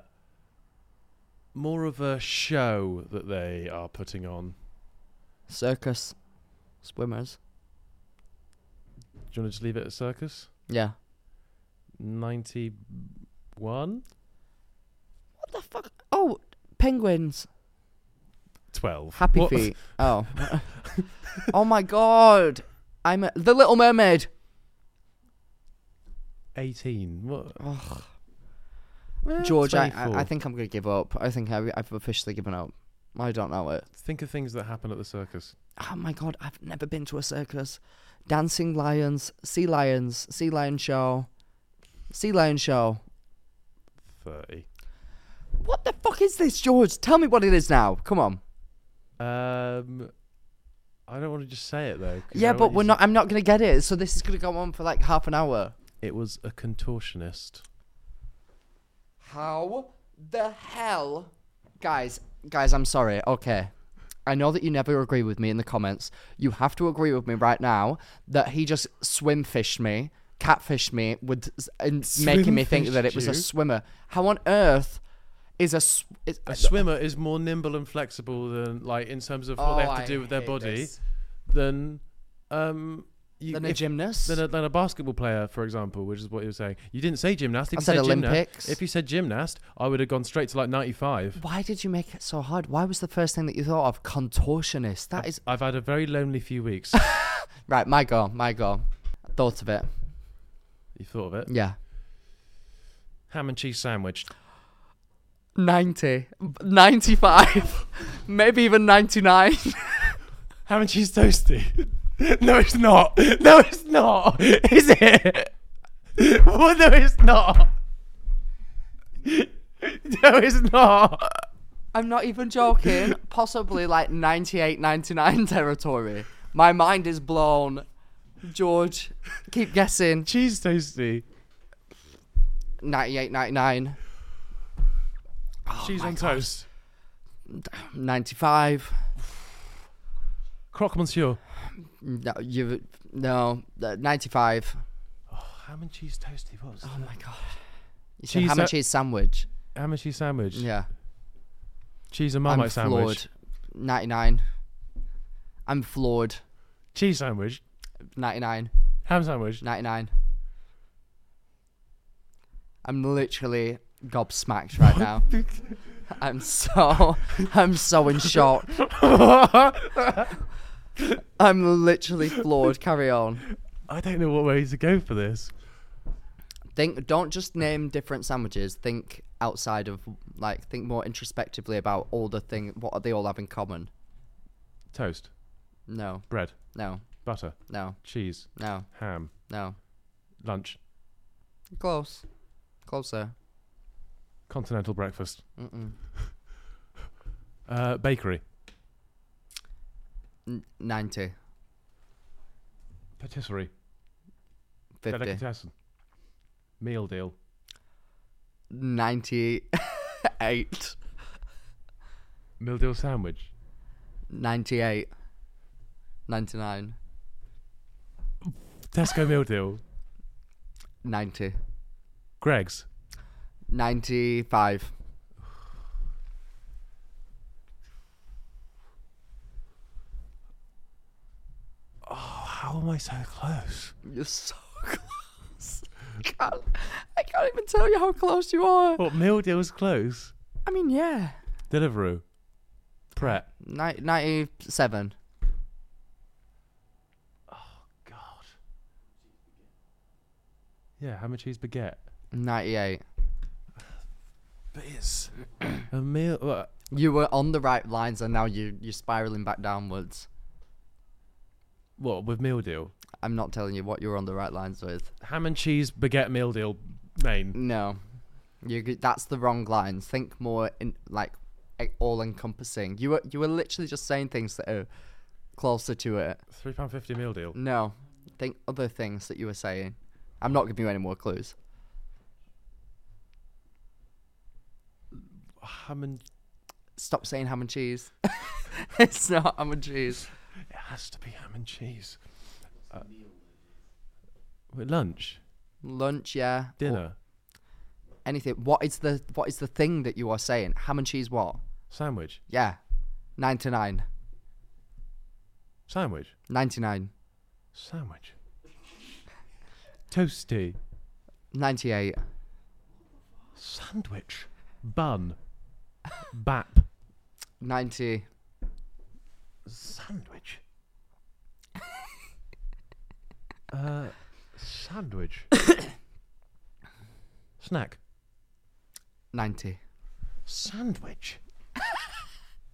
[SPEAKER 2] more of a show that they are putting on.
[SPEAKER 1] Circus, swimmers.
[SPEAKER 2] Do you want to just leave it at circus?
[SPEAKER 1] Yeah.
[SPEAKER 2] 91?
[SPEAKER 1] What the fuck? Oh, penguins.
[SPEAKER 2] 12.
[SPEAKER 1] Happy
[SPEAKER 2] What-
[SPEAKER 1] feet. Oh. oh my god. I'm a, the Little Mermaid.
[SPEAKER 2] 18. What? Eh,
[SPEAKER 1] George, I, I, I
[SPEAKER 2] 24.
[SPEAKER 1] think I'm going to give up. I think I, I've officially given up. I don't know it.
[SPEAKER 2] Think of things that happen at the circus.
[SPEAKER 1] Oh my god, I've never been to a circus. Dancing lions, sea lions, sea lion show, sea lion show.
[SPEAKER 2] 30.
[SPEAKER 1] What the fuck is this, George? Tell me what it is now. Come on.
[SPEAKER 2] Um, I don't want to just say it though. 'cause
[SPEAKER 1] yeah,
[SPEAKER 2] I
[SPEAKER 1] but
[SPEAKER 2] want you
[SPEAKER 1] we're
[SPEAKER 2] to-
[SPEAKER 1] not. I'm not going to get it. So this is going to go on for like half an hour.
[SPEAKER 2] It was a contortionist.
[SPEAKER 1] How the hell? Guys, guys, I'm sorry. Okay. I know that you never agree with me in the comments. You have to agree with me right now that he just swim fished me, catfished me, with and making me think that it was a
[SPEAKER 2] Swim-fished you?
[SPEAKER 1] swimmer. How on earth is a sw- is,
[SPEAKER 2] A swimmer is more nimble and flexible than, like, in terms of what they
[SPEAKER 1] Oh,
[SPEAKER 2] have to
[SPEAKER 1] I
[SPEAKER 2] do with their
[SPEAKER 1] hate
[SPEAKER 2] body,
[SPEAKER 1] this.
[SPEAKER 2] than um, you,
[SPEAKER 1] than a
[SPEAKER 2] if-
[SPEAKER 1] gymnast?
[SPEAKER 2] than a, than a basketball player, for example, which is what you were saying. You didn't say gymnast.
[SPEAKER 1] I
[SPEAKER 2] If you
[SPEAKER 1] said
[SPEAKER 2] said gymnast-
[SPEAKER 1] Olympics.
[SPEAKER 2] if you said gymnast, I would have gone straight to like ninety-five.
[SPEAKER 1] Why did you make it so hard? Why was the first thing that you thought of contortionist? That is
[SPEAKER 2] I've had a very lonely few weeks.
[SPEAKER 1] right. My go, my go. Thought of it.
[SPEAKER 2] you thought of it?
[SPEAKER 1] Yeah.
[SPEAKER 2] Ham and cheese sandwich.
[SPEAKER 1] 90, 95, maybe even 99.
[SPEAKER 2] Ham and cheese toasty. no, it's not. No, it's not. Is it? Well, no, it's not. No, it's not.
[SPEAKER 1] I'm not even joking. Possibly like 98, 99 territory. My mind is blown. George, keep guessing.
[SPEAKER 2] Cheese toasty.
[SPEAKER 1] 98, 99, Oh
[SPEAKER 2] cheese on toast.
[SPEAKER 1] 95.
[SPEAKER 2] Croque monsieur.
[SPEAKER 1] No, you, no, uh, 95.
[SPEAKER 2] Ham and cheese toasty. What's
[SPEAKER 1] Oh my God. You said
[SPEAKER 2] Cheese uh,
[SPEAKER 1] ham and
[SPEAKER 2] sa-
[SPEAKER 1] cheese sandwich.
[SPEAKER 2] ham and cheese sandwich?
[SPEAKER 1] Oh. Yeah.
[SPEAKER 2] Cheese and
[SPEAKER 1] I'm
[SPEAKER 2] marmite sandwich.
[SPEAKER 1] floored. 99. I'm floored.
[SPEAKER 2] Cheese sandwich.
[SPEAKER 1] 99.
[SPEAKER 2] Ham sandwich.
[SPEAKER 1] 99. I'm literally gobsmacked right now. I'm so, I'm so in shock. I'm literally floored. Carry on.
[SPEAKER 2] I don't know what way to go for this.
[SPEAKER 1] Think, don't just name different sandwiches. Think outside of, like, think more introspectively about all the thing. What they all have in common?
[SPEAKER 2] Toast.
[SPEAKER 1] No,
[SPEAKER 2] Bread.
[SPEAKER 1] no,
[SPEAKER 2] Butter.
[SPEAKER 1] no,
[SPEAKER 2] Cheese.
[SPEAKER 1] no,
[SPEAKER 2] Ham.
[SPEAKER 1] no.
[SPEAKER 2] Lunch.
[SPEAKER 1] Close, closer.
[SPEAKER 2] Continental breakfast. Mm-mm. Uh, bakery.
[SPEAKER 1] Ninety.
[SPEAKER 2] Patisserie.
[SPEAKER 1] 50.
[SPEAKER 2] Delicatessen. Meal deal.
[SPEAKER 1] 98.
[SPEAKER 2] Meal deal sandwich.
[SPEAKER 1] 98. 99.
[SPEAKER 2] Tesco meal deal.
[SPEAKER 1] 90.
[SPEAKER 2] Greg's.
[SPEAKER 1] 95.
[SPEAKER 2] How am I so close?
[SPEAKER 1] You're so close. I can't, I can't even tell you how close you are.
[SPEAKER 2] What meal deal's close?
[SPEAKER 1] I mean, yeah.
[SPEAKER 2] Deliveroo. Pret.
[SPEAKER 1] Ni- 97.
[SPEAKER 2] God. Yeah, ham and cheese baguette.
[SPEAKER 1] 98.
[SPEAKER 2] But it's a meal. uh, well,
[SPEAKER 1] You were on the right lines, and now you you're spiraling back downwards.
[SPEAKER 2] What with meal deal?
[SPEAKER 1] I'm not telling you what you were on the right lines with.
[SPEAKER 2] Ham and cheese baguette meal deal main.
[SPEAKER 1] No, you g- that's the wrong lines. Think more in like all encompassing. You were you were literally just saying things that are closer to it.
[SPEAKER 2] Three pound fifty meal deal.
[SPEAKER 1] No, think other things that you were saying. I'm not giving you any more clues.
[SPEAKER 2] Ham and
[SPEAKER 1] Stop saying ham and cheese. it's not ham and cheese.
[SPEAKER 2] it has to be ham and cheese. Uh, wait, lunch,
[SPEAKER 1] Lunch, yeah. or
[SPEAKER 2] dinner,
[SPEAKER 1] Anything. What is the what is the thing that you are saying? Ham and cheese. What?
[SPEAKER 2] sandwich,
[SPEAKER 1] Yeah. Nine to nine.
[SPEAKER 2] sandwich,
[SPEAKER 1] Ninety nine.
[SPEAKER 2] sandwich. Toasty
[SPEAKER 1] Ninety eight.
[SPEAKER 2] sandwich, bun, bap,
[SPEAKER 1] Ninety.
[SPEAKER 2] sandwich. uh, sandwich. Snack.
[SPEAKER 1] Ninety.
[SPEAKER 2] Sandwich.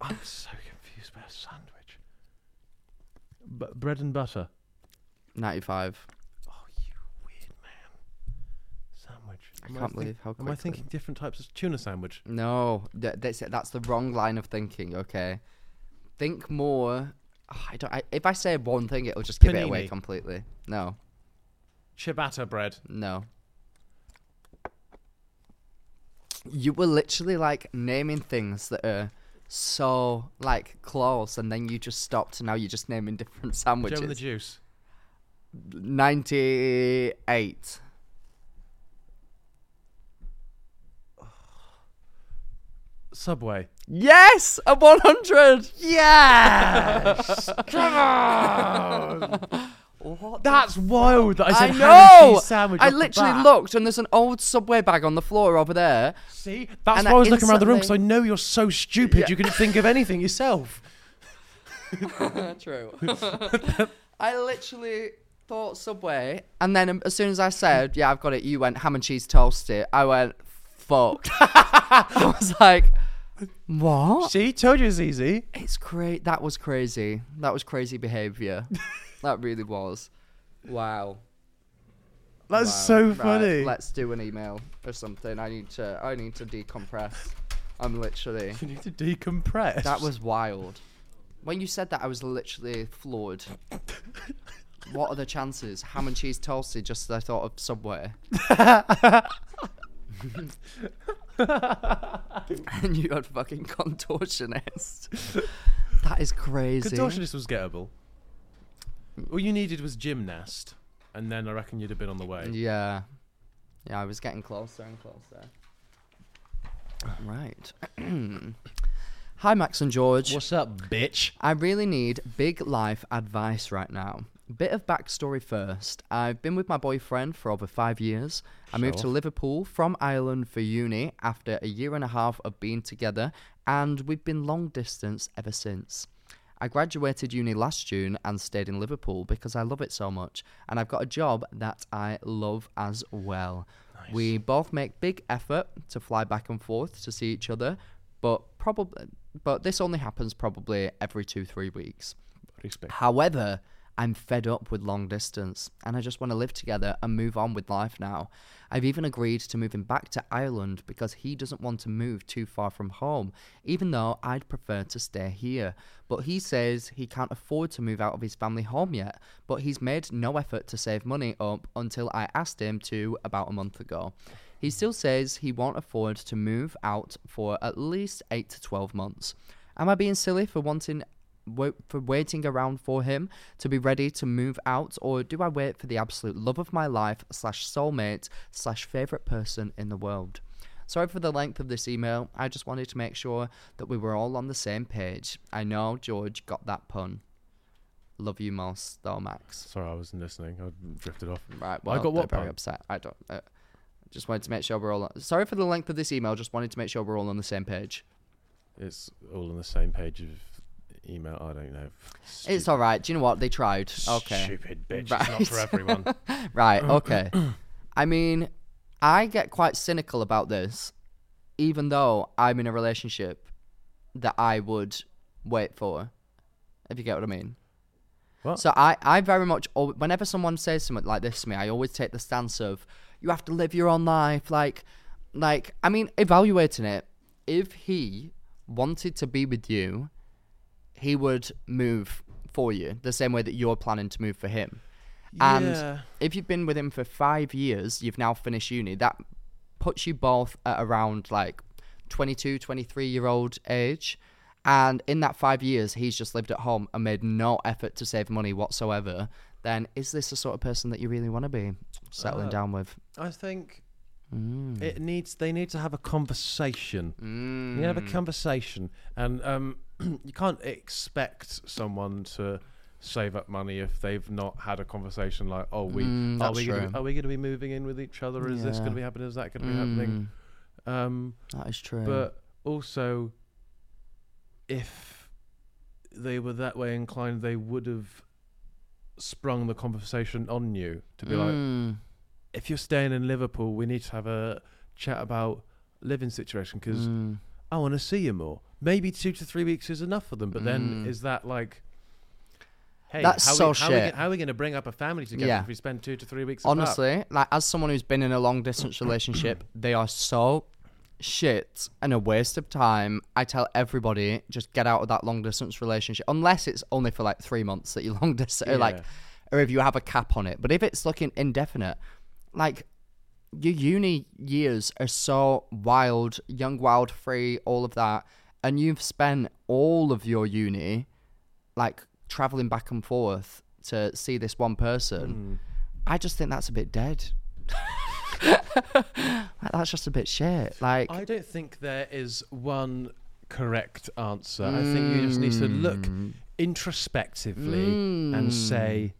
[SPEAKER 2] I'm so confused about sandwich. B- bread and butter.
[SPEAKER 1] Ninety five.
[SPEAKER 2] Oh, you weird man. Sandwich.
[SPEAKER 1] I can't believe how
[SPEAKER 2] Am I
[SPEAKER 1] quickly-
[SPEAKER 2] thinking different types of tuna sandwich?
[SPEAKER 1] No, th- that's it. That's the wrong line of thinking. Okay, think more. Ah, I don't. I, if I say one thing, it'll just give it away
[SPEAKER 2] Panini.
[SPEAKER 1] completely. No,
[SPEAKER 2] Ciabatta bread.
[SPEAKER 1] no. You were literally like naming things that are so like close, and then you just stopped, and now you're just naming different
[SPEAKER 2] Joe and the
[SPEAKER 1] sandwiches.
[SPEAKER 2] juice.
[SPEAKER 1] Ninety-eight.
[SPEAKER 2] Subway.
[SPEAKER 1] Yes, a one hundred. Yes.
[SPEAKER 2] That's wild that I
[SPEAKER 1] I
[SPEAKER 2] said ham and
[SPEAKER 1] know.
[SPEAKER 2] cheese sandwich.
[SPEAKER 1] I
[SPEAKER 2] off the
[SPEAKER 1] literally
[SPEAKER 2] bat.
[SPEAKER 1] looked, and there's an old subway bag on the floor over there.
[SPEAKER 2] See, that's
[SPEAKER 1] And
[SPEAKER 2] why I
[SPEAKER 1] I
[SPEAKER 2] was looking around the room because I
[SPEAKER 1] instantly-
[SPEAKER 2] know you're so stupid you couldn't think of anything yourself.
[SPEAKER 1] True. I literally thought subway, and then um, as soon as I said, "Yeah, I've got it," you went ham and cheese toasty. I went, "Fuck!" I was like, "What?"
[SPEAKER 2] See, told you it's easy.
[SPEAKER 1] It's crazy. That was crazy. That was crazy behavior. that really was. Wow.
[SPEAKER 2] That's so
[SPEAKER 1] Right,
[SPEAKER 2] funny.
[SPEAKER 1] let's do an email or something. I need to. I need to decompress. I'm literally.
[SPEAKER 2] you need to decompress.
[SPEAKER 1] That was wild. When you said that, I was literally floored. what are the chances? Ham and cheese toasty, just as I thought of Subway. and you had fucking contortionist. That is crazy.
[SPEAKER 2] contortionist was gettable. All you needed was gymnast, and then I reckon you'd have been on the way.
[SPEAKER 1] Yeah. Yeah, I was getting closer and closer. Right. Hi, Max and George.
[SPEAKER 3] What's up, bitch?
[SPEAKER 1] I really need big life advice right now. Bit of backstory first. I've been with my boyfriend for over five years. I moved to Liverpool from Ireland for uni after a year and a half of being together, and we've been long distance ever since. I graduated uni last June and stayed in Liverpool because I love it so much, and I've got a job that I love as well. We both make big effort to fly back and forth to see each other, but probably but this only happens probably every 2-3 weeks. However, I'm fed up with long distance and I just want to live together and move on with life now. I've even agreed to move him back to Ireland because he doesn't want to move too far from home, even though I'd prefer to stay here. But he says he can't afford to move out of his family home yet, but he's made no effort to save money up until I asked him to about a month ago. He still says he won't afford to move out for at least 8 to 12 months. Am I being silly for wanting wait for waiting around for him to be ready to move out or do i wait for the absolute love of my life slash soulmate slash favorite person in the world sorry for the length of this email i just wanted to make sure that we were all on the same page i know george got that pun love you most though max
[SPEAKER 2] Sorry, I wasn't listening. I drifted off.
[SPEAKER 1] Right. Well,
[SPEAKER 2] I got what
[SPEAKER 1] Very
[SPEAKER 2] pun?
[SPEAKER 1] upset. I don't. Uh, just wanted to make sure we're all. On, sorry for the length of this email. Just wanted to make sure we're all on the same page.
[SPEAKER 2] It's all on the same page of email. I don't know.
[SPEAKER 1] It's all right. Do you know what they tried? Okay.
[SPEAKER 2] Stupid bitch. It's not
[SPEAKER 1] Right.
[SPEAKER 2] for everyone.
[SPEAKER 1] Right. Okay. I mean, I get quite cynical about this even though I'm in a relationship that I would wait for, if you get what I mean.
[SPEAKER 2] What?
[SPEAKER 1] So I, I very much, al- whenever someone says something like this to me, I always take the stance of, you have to live your own life. Like, like I mean, evaluating it, if he wanted to be with you, he would move for you the same way that you're planning to move for him.
[SPEAKER 2] Yeah.
[SPEAKER 1] And if you've been with him for five years, you've now finished uni, that puts you both at around like 22, 23 year old age. And in that five years, he's just lived at home and made no effort to save money whatsoever. Then is this the sort of person that you really want to be
[SPEAKER 2] Uh,
[SPEAKER 1] settling down with?
[SPEAKER 2] I think
[SPEAKER 1] Mm.
[SPEAKER 2] it needs. They need to have a conversation. You need to have
[SPEAKER 1] Mm.
[SPEAKER 2] a conversation, and um, you can't expect someone to save up money if they've not had a conversation like, "Oh, we are
[SPEAKER 1] Mm, that's
[SPEAKER 2] we gonna,
[SPEAKER 1] true.
[SPEAKER 2] be- are we going to be moving in with each other? Is this going to be happening? Is that going to be happening?" Um,
[SPEAKER 1] Mm, That is true.
[SPEAKER 2] but also, if they were that way inclined, they would have sprung the conversation on you to be like
[SPEAKER 1] Mm,
[SPEAKER 2] if you're staying in Liverpool, we need to have a chat about living situation because
[SPEAKER 1] Mm.
[SPEAKER 2] I want to see you more. Maybe two to three weeks is enough for them, but then is that like, hey,
[SPEAKER 1] Mm. That's
[SPEAKER 2] how,
[SPEAKER 1] so
[SPEAKER 2] we, how, we,
[SPEAKER 1] shit.
[SPEAKER 2] how are we going to bring up a family together
[SPEAKER 1] Yeah.
[SPEAKER 2] if we spend two to three weeks? apart?
[SPEAKER 1] Honestly, like as someone who's been in a long distance relationship, they are so shit and a waste of time. I tell everybody just get out of that long distance relationship unless it's only for like 3 months that you long distance or like
[SPEAKER 2] Yeah.
[SPEAKER 1] or if you have a cap on it. But if it's looking indefinite, like your uni years are so wild, young, wild, free, all of that, and you've spent all of your uni like traveling back and forth to see this one
[SPEAKER 2] Hmm.
[SPEAKER 1] person. I just think that's a bit dead. like, that's just a bit shit. Like,
[SPEAKER 2] I don't think there is one correct answer. I think you just need to look
[SPEAKER 1] Mm.
[SPEAKER 2] introspectively and say,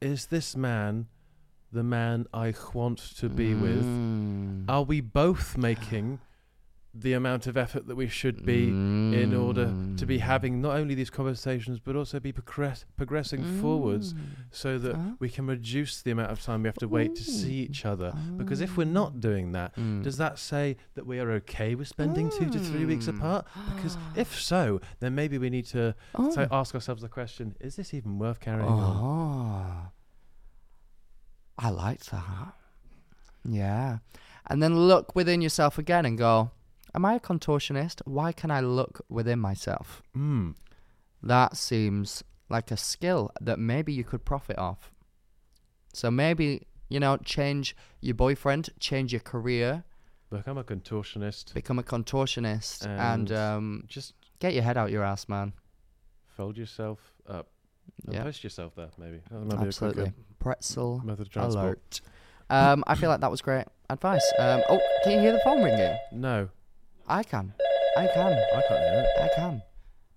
[SPEAKER 2] is this man the man I want to be
[SPEAKER 1] mm.
[SPEAKER 2] with? Are we both making the amount of effort that we should be in order to
[SPEAKER 1] Mm.
[SPEAKER 2] be having not only these conversations but also be progress- progressing
[SPEAKER 1] Mm.
[SPEAKER 2] forwards so that we can reduce the amount of time we have to wait to see each other because if we're not doing that does that say that we are okay with spending two to three weeks apart because if so then maybe we need to so ask ourselves the question is this even worth carrying on
[SPEAKER 1] oh, I like that. Yeah. And then look within yourself again and go, Am I a contortionist? Why can I look within myself?
[SPEAKER 2] mm.
[SPEAKER 1] that seems like a skill that maybe you could profit off. So maybe, you know, change your boyfriend, change your career,
[SPEAKER 2] become a contortionist
[SPEAKER 1] become a contortionist, and,
[SPEAKER 2] And-
[SPEAKER 1] um,
[SPEAKER 2] just
[SPEAKER 1] get your head out your ass, man.
[SPEAKER 2] fold yourself up and
[SPEAKER 1] Yeah.
[SPEAKER 2] post yourself there maybe that might be a quick,
[SPEAKER 1] Absolutely. Pretzel
[SPEAKER 2] uh, method of transport
[SPEAKER 1] alert. Um, I feel like that was great advice. Um, oh, can you hear the phone ringing?
[SPEAKER 2] no
[SPEAKER 1] I can. I can.
[SPEAKER 2] I can't hear it
[SPEAKER 1] I can.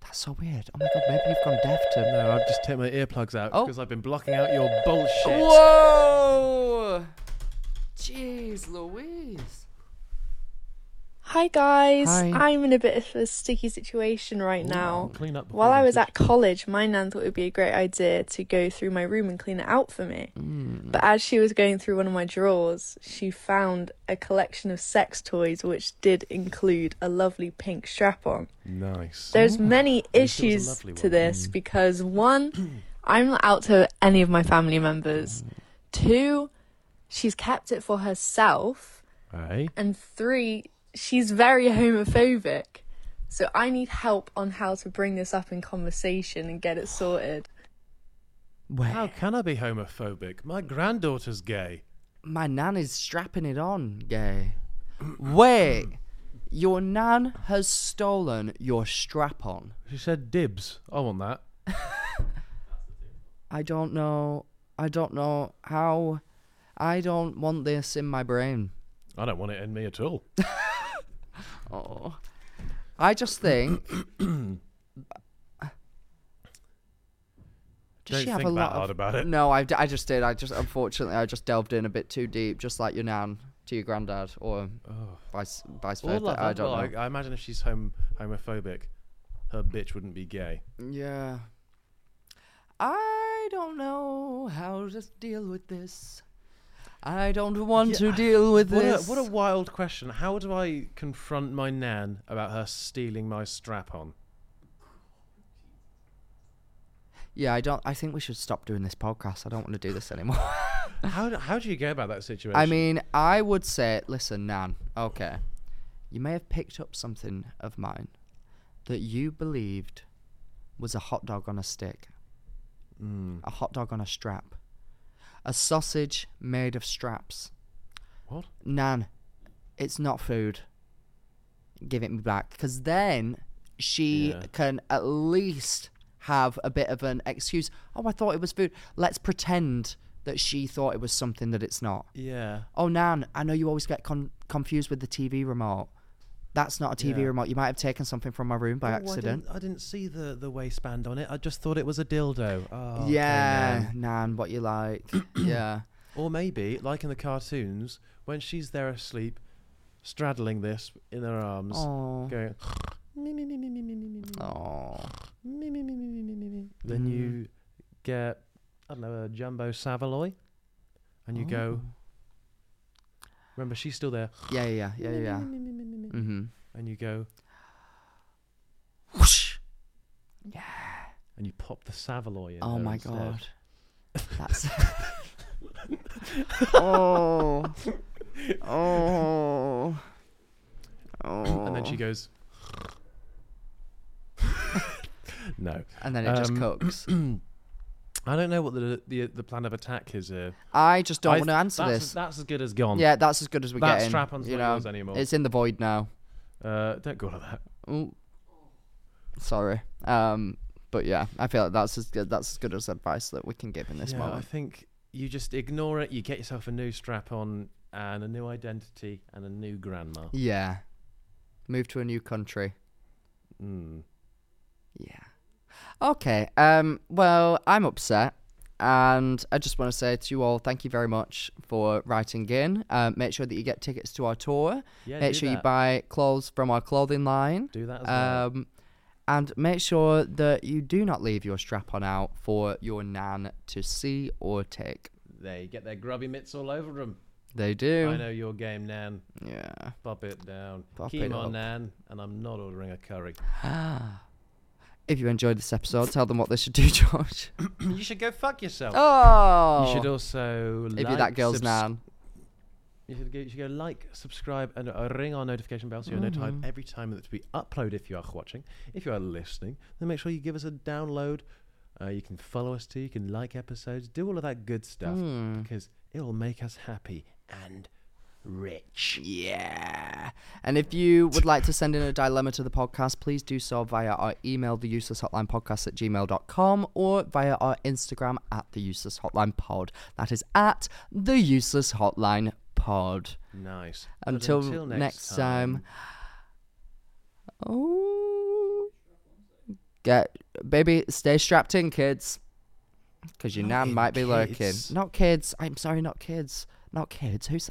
[SPEAKER 1] That's so weird. Oh my god, maybe you've gone deaf to
[SPEAKER 2] No, I've just taken my earplugs out
[SPEAKER 1] Oh.
[SPEAKER 2] because I've been blocking out your bullshit.
[SPEAKER 1] Whoa! Jeez Louise.
[SPEAKER 5] Hi guys,
[SPEAKER 1] Hi.
[SPEAKER 5] I'm in a bit of a sticky situation right now.
[SPEAKER 2] Clean up. before
[SPEAKER 5] While I was
[SPEAKER 2] message.
[SPEAKER 5] at college, my nan thought it would be a great idea to go through my room and clean it out for me.
[SPEAKER 2] Hmm.
[SPEAKER 5] But as she was going through one of my drawers, she found a collection of sex toys which did include a lovely pink strap on.
[SPEAKER 2] Nice.
[SPEAKER 5] There's many
[SPEAKER 2] least Oh, it was a
[SPEAKER 5] issues
[SPEAKER 2] lovely
[SPEAKER 5] to
[SPEAKER 2] one. Hmm.
[SPEAKER 5] this because one, I'm not out to any of my family
[SPEAKER 2] Hmm.
[SPEAKER 5] members. Two, she's kept it for herself.
[SPEAKER 2] Hey.
[SPEAKER 5] And three, she's very homophobic. So I need help on how to bring this up in conversation and get it sorted.
[SPEAKER 1] Wait.
[SPEAKER 2] How can I be homophobic? My granddaughter's gay.
[SPEAKER 1] My nan is strapping it on, gay. Wait, your nan has stolen your strap on.
[SPEAKER 2] She said dibs. I want that.
[SPEAKER 1] I don't know. I don't know how. I don't want this in my brain.
[SPEAKER 2] I don't want it in me at all.
[SPEAKER 1] Oh. I just think. Does
[SPEAKER 2] Don't
[SPEAKER 1] she have
[SPEAKER 2] think
[SPEAKER 1] a lot
[SPEAKER 2] that hard
[SPEAKER 1] of...
[SPEAKER 2] about it.
[SPEAKER 1] No, I, d- I just did. I just unfortunately I just delved in a bit too deep, just like your nan to your granddad, or vice vice
[SPEAKER 2] All
[SPEAKER 1] versa.
[SPEAKER 2] of that.
[SPEAKER 1] I don't
[SPEAKER 2] well,
[SPEAKER 1] know.
[SPEAKER 2] I, I imagine if she's home homophobic, her bitch wouldn't be gay.
[SPEAKER 1] Yeah. I don't know how to deal with this. I don't want to deal with
[SPEAKER 2] What a,
[SPEAKER 1] this.
[SPEAKER 2] what a wild question. How do I confront my nan about her stealing my strap on?
[SPEAKER 1] Yeah, I don't. I think we should stop doing this podcast. I don't want to do this anymore.
[SPEAKER 2] How, do- how do you go about that situation?
[SPEAKER 1] I mean, I would say, listen, Nan. Okay, you may have picked up something of mine that you believed was a hot dog on a stick,
[SPEAKER 2] Hmm.
[SPEAKER 1] a hot dog on a strap, a sausage made of straps.
[SPEAKER 2] What?
[SPEAKER 1] Nan, it's not food. Give it me back. Because then she
[SPEAKER 2] Yeah.
[SPEAKER 1] can at least have a bit of an excuse. Oh, I thought it was food. Let's pretend that she thought it was something that it's not.
[SPEAKER 2] Yeah.
[SPEAKER 1] Oh, Nan, I know you always get con- confused with the TV remote. That's not a TV
[SPEAKER 2] Yeah.
[SPEAKER 1] remote. You might have taken something from my room by
[SPEAKER 2] Oh,
[SPEAKER 1] accident.
[SPEAKER 2] I didn't, I didn't see the, the waistband on it. I just thought it was a dildo. Oh, okay,
[SPEAKER 1] yeah,
[SPEAKER 2] Nan.
[SPEAKER 1] Nan, what you like. yeah.
[SPEAKER 2] Or maybe, like in the cartoons, when she's there asleep, straddling this in her arms,
[SPEAKER 1] Oh.
[SPEAKER 2] going. "Me, me, me, me, me, me, me, me, me,
[SPEAKER 1] Oh.
[SPEAKER 2] me, me, me, me, me, me, me, me." Then
[SPEAKER 1] Mm.
[SPEAKER 2] you get, I don't know, a jumbo Savaloy, and you go.
[SPEAKER 1] Oh.
[SPEAKER 2] Remember, she's still there.
[SPEAKER 1] Yeah, yeah, yeah, yeah. yeah.
[SPEAKER 2] "Me, me, me, me, me, me,"
[SPEAKER 1] Mm-hmm.
[SPEAKER 2] And you go
[SPEAKER 1] Whoosh.
[SPEAKER 2] and you pop the Savaloy in.
[SPEAKER 1] Oh
[SPEAKER 2] her
[SPEAKER 1] my
[SPEAKER 2] instead.
[SPEAKER 1] god. That's Oh. Oh. Oh.
[SPEAKER 2] And then she goes. no,
[SPEAKER 1] And then it just
[SPEAKER 2] um,
[SPEAKER 1] cooks.
[SPEAKER 2] I don't know what the the, the plan of attack is here.
[SPEAKER 1] I just don't
[SPEAKER 2] I-
[SPEAKER 1] want to answer
[SPEAKER 2] that's,
[SPEAKER 1] this.
[SPEAKER 2] That's as good as gone.
[SPEAKER 1] yeah, that's as good as we
[SPEAKER 2] That
[SPEAKER 1] get.
[SPEAKER 2] strap on's
[SPEAKER 1] you
[SPEAKER 2] not
[SPEAKER 1] know,
[SPEAKER 2] yours anymore.
[SPEAKER 1] It's in the void now.
[SPEAKER 2] Uh, don't call it that.
[SPEAKER 1] Ooh. Sorry. Um but yeah, I feel like that's as good that's as good as advice that we can give in this
[SPEAKER 2] yeah, I
[SPEAKER 1] moment.
[SPEAKER 2] think you just ignore it. You get yourself a new strap on and a new identity and a new grandma.
[SPEAKER 1] Yeah. Move to a new country.
[SPEAKER 2] Mm.
[SPEAKER 1] Yeah. Okay. Um. Well, I'm upset, and I just want to say to you all, thank you very much for writing in. Um, make sure that you get tickets to our tour.
[SPEAKER 2] Yeah,
[SPEAKER 1] make
[SPEAKER 2] do
[SPEAKER 1] sure you
[SPEAKER 2] that.
[SPEAKER 1] buy clothes from our clothing line.
[SPEAKER 2] Do that as well.
[SPEAKER 1] Um, and make sure that you do not leave your strap on out for your nan to see or take.
[SPEAKER 2] They get their grubby mitts all over them.
[SPEAKER 1] They do.
[SPEAKER 2] I know your game, Nan.
[SPEAKER 1] Yeah.
[SPEAKER 2] Pop it down.
[SPEAKER 1] Pop
[SPEAKER 2] Keep
[SPEAKER 1] it
[SPEAKER 2] on,
[SPEAKER 1] up.
[SPEAKER 2] Nan. And I'm not ordering a curry.
[SPEAKER 1] If you enjoyed this episode, tell them what they should do, George.
[SPEAKER 2] you should go fuck yourself.
[SPEAKER 1] Oh.
[SPEAKER 2] You should also
[SPEAKER 1] If you're
[SPEAKER 2] like,
[SPEAKER 1] that girl's
[SPEAKER 2] subs-
[SPEAKER 1] nan.
[SPEAKER 2] You should, go, you should go like, subscribe, and uh, ring our notification bell so you're
[SPEAKER 1] Mm-hmm.
[SPEAKER 2] notified every time that we upload if you are watching. If you are listening, then make sure you give us a download. Uh, you can follow us too. You can like episodes. Do all of that good stuff
[SPEAKER 1] Hmm.
[SPEAKER 2] because it will make us happy and rich.
[SPEAKER 1] Yeah. And if you would like to send in a dilemma to the podcast, please do so via our email, the useless hotline podcast at gmail.com, or via our Instagram at the useless hotline pod. That is at the useless hotline pod.
[SPEAKER 2] Nice. But
[SPEAKER 1] Until, next, time. Oh. Get, baby, stay strapped in, kids. Because your nan
[SPEAKER 2] in
[SPEAKER 1] might be lurking.
[SPEAKER 2] kids.
[SPEAKER 1] Not kids. I'm sorry, not kids. Not kids. Who's.